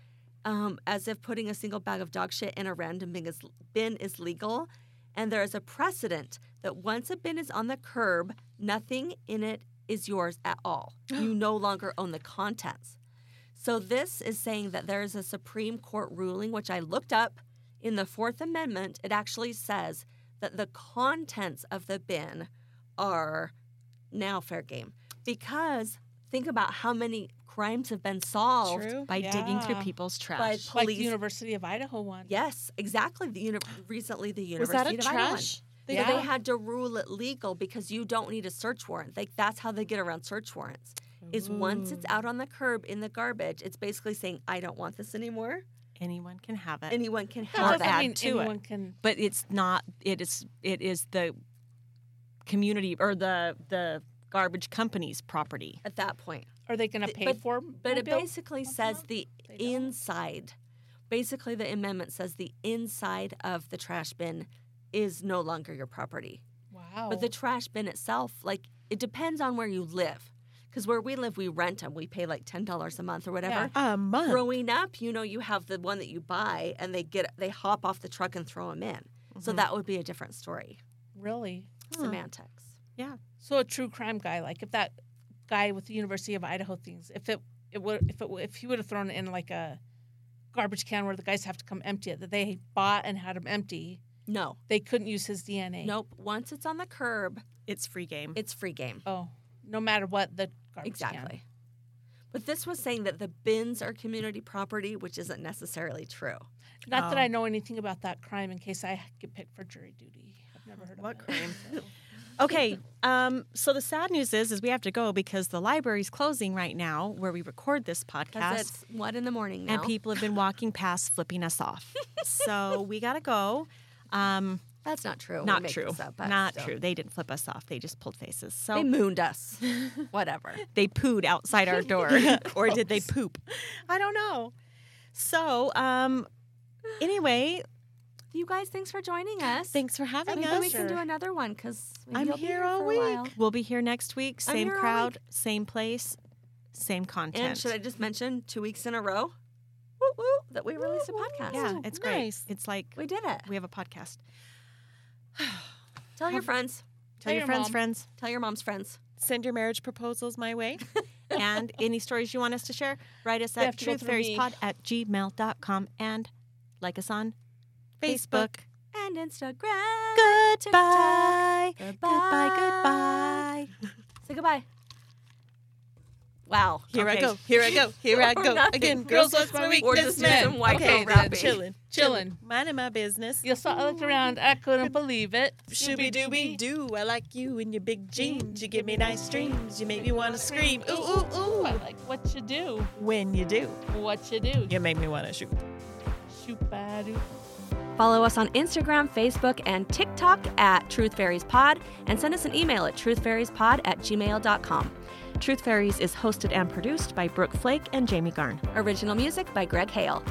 A: um, as if putting a single bag of dog shit in a random bin is, bin is legal. And there is a precedent that once a bin is on the curb, nothing in it is yours at all. you no longer own the contents. So this is saying that there is a Supreme Court ruling, which I looked up in the Fourth Amendment. It actually says that the contents of the bin are now fair game because think about how many crimes have been solved
D: True.
C: By digging through
E: Yeah.
C: people's trash.
A: by police.
E: Like the University of Idaho one.
A: Yes, exactly. The uni- recently the
D: Was
A: University
D: that a
A: of Idaho. one.
D: trash?
A: So they had to rule it legal because you don't need a search warrant. Like that's how they get around search warrants. Is once it's out on the curb in the garbage, it's basically saying I don't want this anymore.
C: Anyone can have it.
A: Anyone can
E: That
C: Or
A: have
E: doesn't
A: that.
C: add
E: mean
C: to it.
E: anyone can.
C: but it's not it is it is the community or the the garbage company's property.
A: at that point.
E: Are they going to
A: Th-
E: pay
A: but-
E: for?
A: But it
E: Bill?
A: basically
E: Don't
A: says
E: know.
A: the
E: They don't.
A: inside. Basically, the amendment says the inside of the trash bin is no longer your property.
E: Wow.
A: But the trash bin itself, like, it depends on where you live. Because where we live, we rent them. We pay like ten dollars a month or whatever.
D: A month.
A: Growing up, you know, you have the one that you buy, and they get they hop off the truck and throw them in.
C: Mm-hmm.
A: So that would be a different story.
E: really.
A: Semantics.
E: So a true crime guy, like if that guy with the University of Idaho things, if it it would if it would- if he would have thrown it in like a garbage can where the guys have to come empty it that they bought and had him empty,
A: No,
E: they couldn't use his DNA.
A: nope. Once it's on the curb,
C: It's free game.
A: it's free game.
E: Oh, no matter what the garbage can.
A: Exactly. But this was saying that the bins are community property, which isn't necessarily true.
E: Not that
C: Oh.
E: I know anything about that crime in case I get picked for jury duty. I've never heard of
C: What
E: that,
C: crime?
E: so.
C: Okay, um, so the sad news is is we have to go because the library's closing right now where we record this
A: Because
C: podcast.
A: it's one in the morning now.
C: and people have been walking past flipping us off. so we gotta go. Um,
A: That's not true. We
C: not
A: make
C: true.
A: this up, but
C: Not
A: still.
C: true. They didn't flip us off. They just pulled faces. So
A: They mooned us. Whatever.
C: they pooed outside our door or did they poop i don't know so um anyway
A: You guys, thanks for joining us.
C: thanks for having
A: Maybe
C: us
A: we can do another one because
C: i'm here all
A: for a while.
C: week we'll be here next week
A: I'm
C: same
A: here all
C: crowd same place same content
A: And should I just mention two weeks in a row? Woo woo that we released a podcast.
C: yeah it's great
D: nice.
C: it's like
A: We did it.
C: we have a podcast
A: Tell your friends.
C: tell your
E: your
C: friends
E: mom.
C: friends
A: Tell your mom's friends.
D: Send your marriage proposals my way.
C: and any stories you want us to share write us
E: They
C: at
E: have to go through me.
C: truthfairiespod at gmail.com and like us on facebook.
D: Facebook.
A: And Instagram.
C: goodbye
A: TikTok.
C: goodbye goodbye
A: Say goodbye. Wow.
D: Here
C: Okay.
D: I go. Here I go. Here I
A: Or
D: go.
A: nothing.
D: Again,
A: Girls
D: girls, what's my
A: weakness,
D: weakness?
A: men.
D: Men.
A: White
D: Okay,
A: girl
D: then
A: rapping.
D: chilling.
E: Chilling.
D: Minding my business.
E: You saw I looked around. I couldn't believe it.
D: Shooby dooby doo. I like you in your big jeans. You give me nice dreams. You make me want to scream. Ooh, ooh, ooh.
E: I like what you do.
D: When you do,
E: What you do.
D: you make me want to shoot.
E: Shoop-a-doo.
A: Follow us on Instagram, Facebook, and TikTok at Truth Fairies Pod and send us an email at truthfairiespod at gmail.com.
B: Truth Fairies is hosted and produced by Brooke Flake and Jamie Garn.
A: Original music by Greg Hale.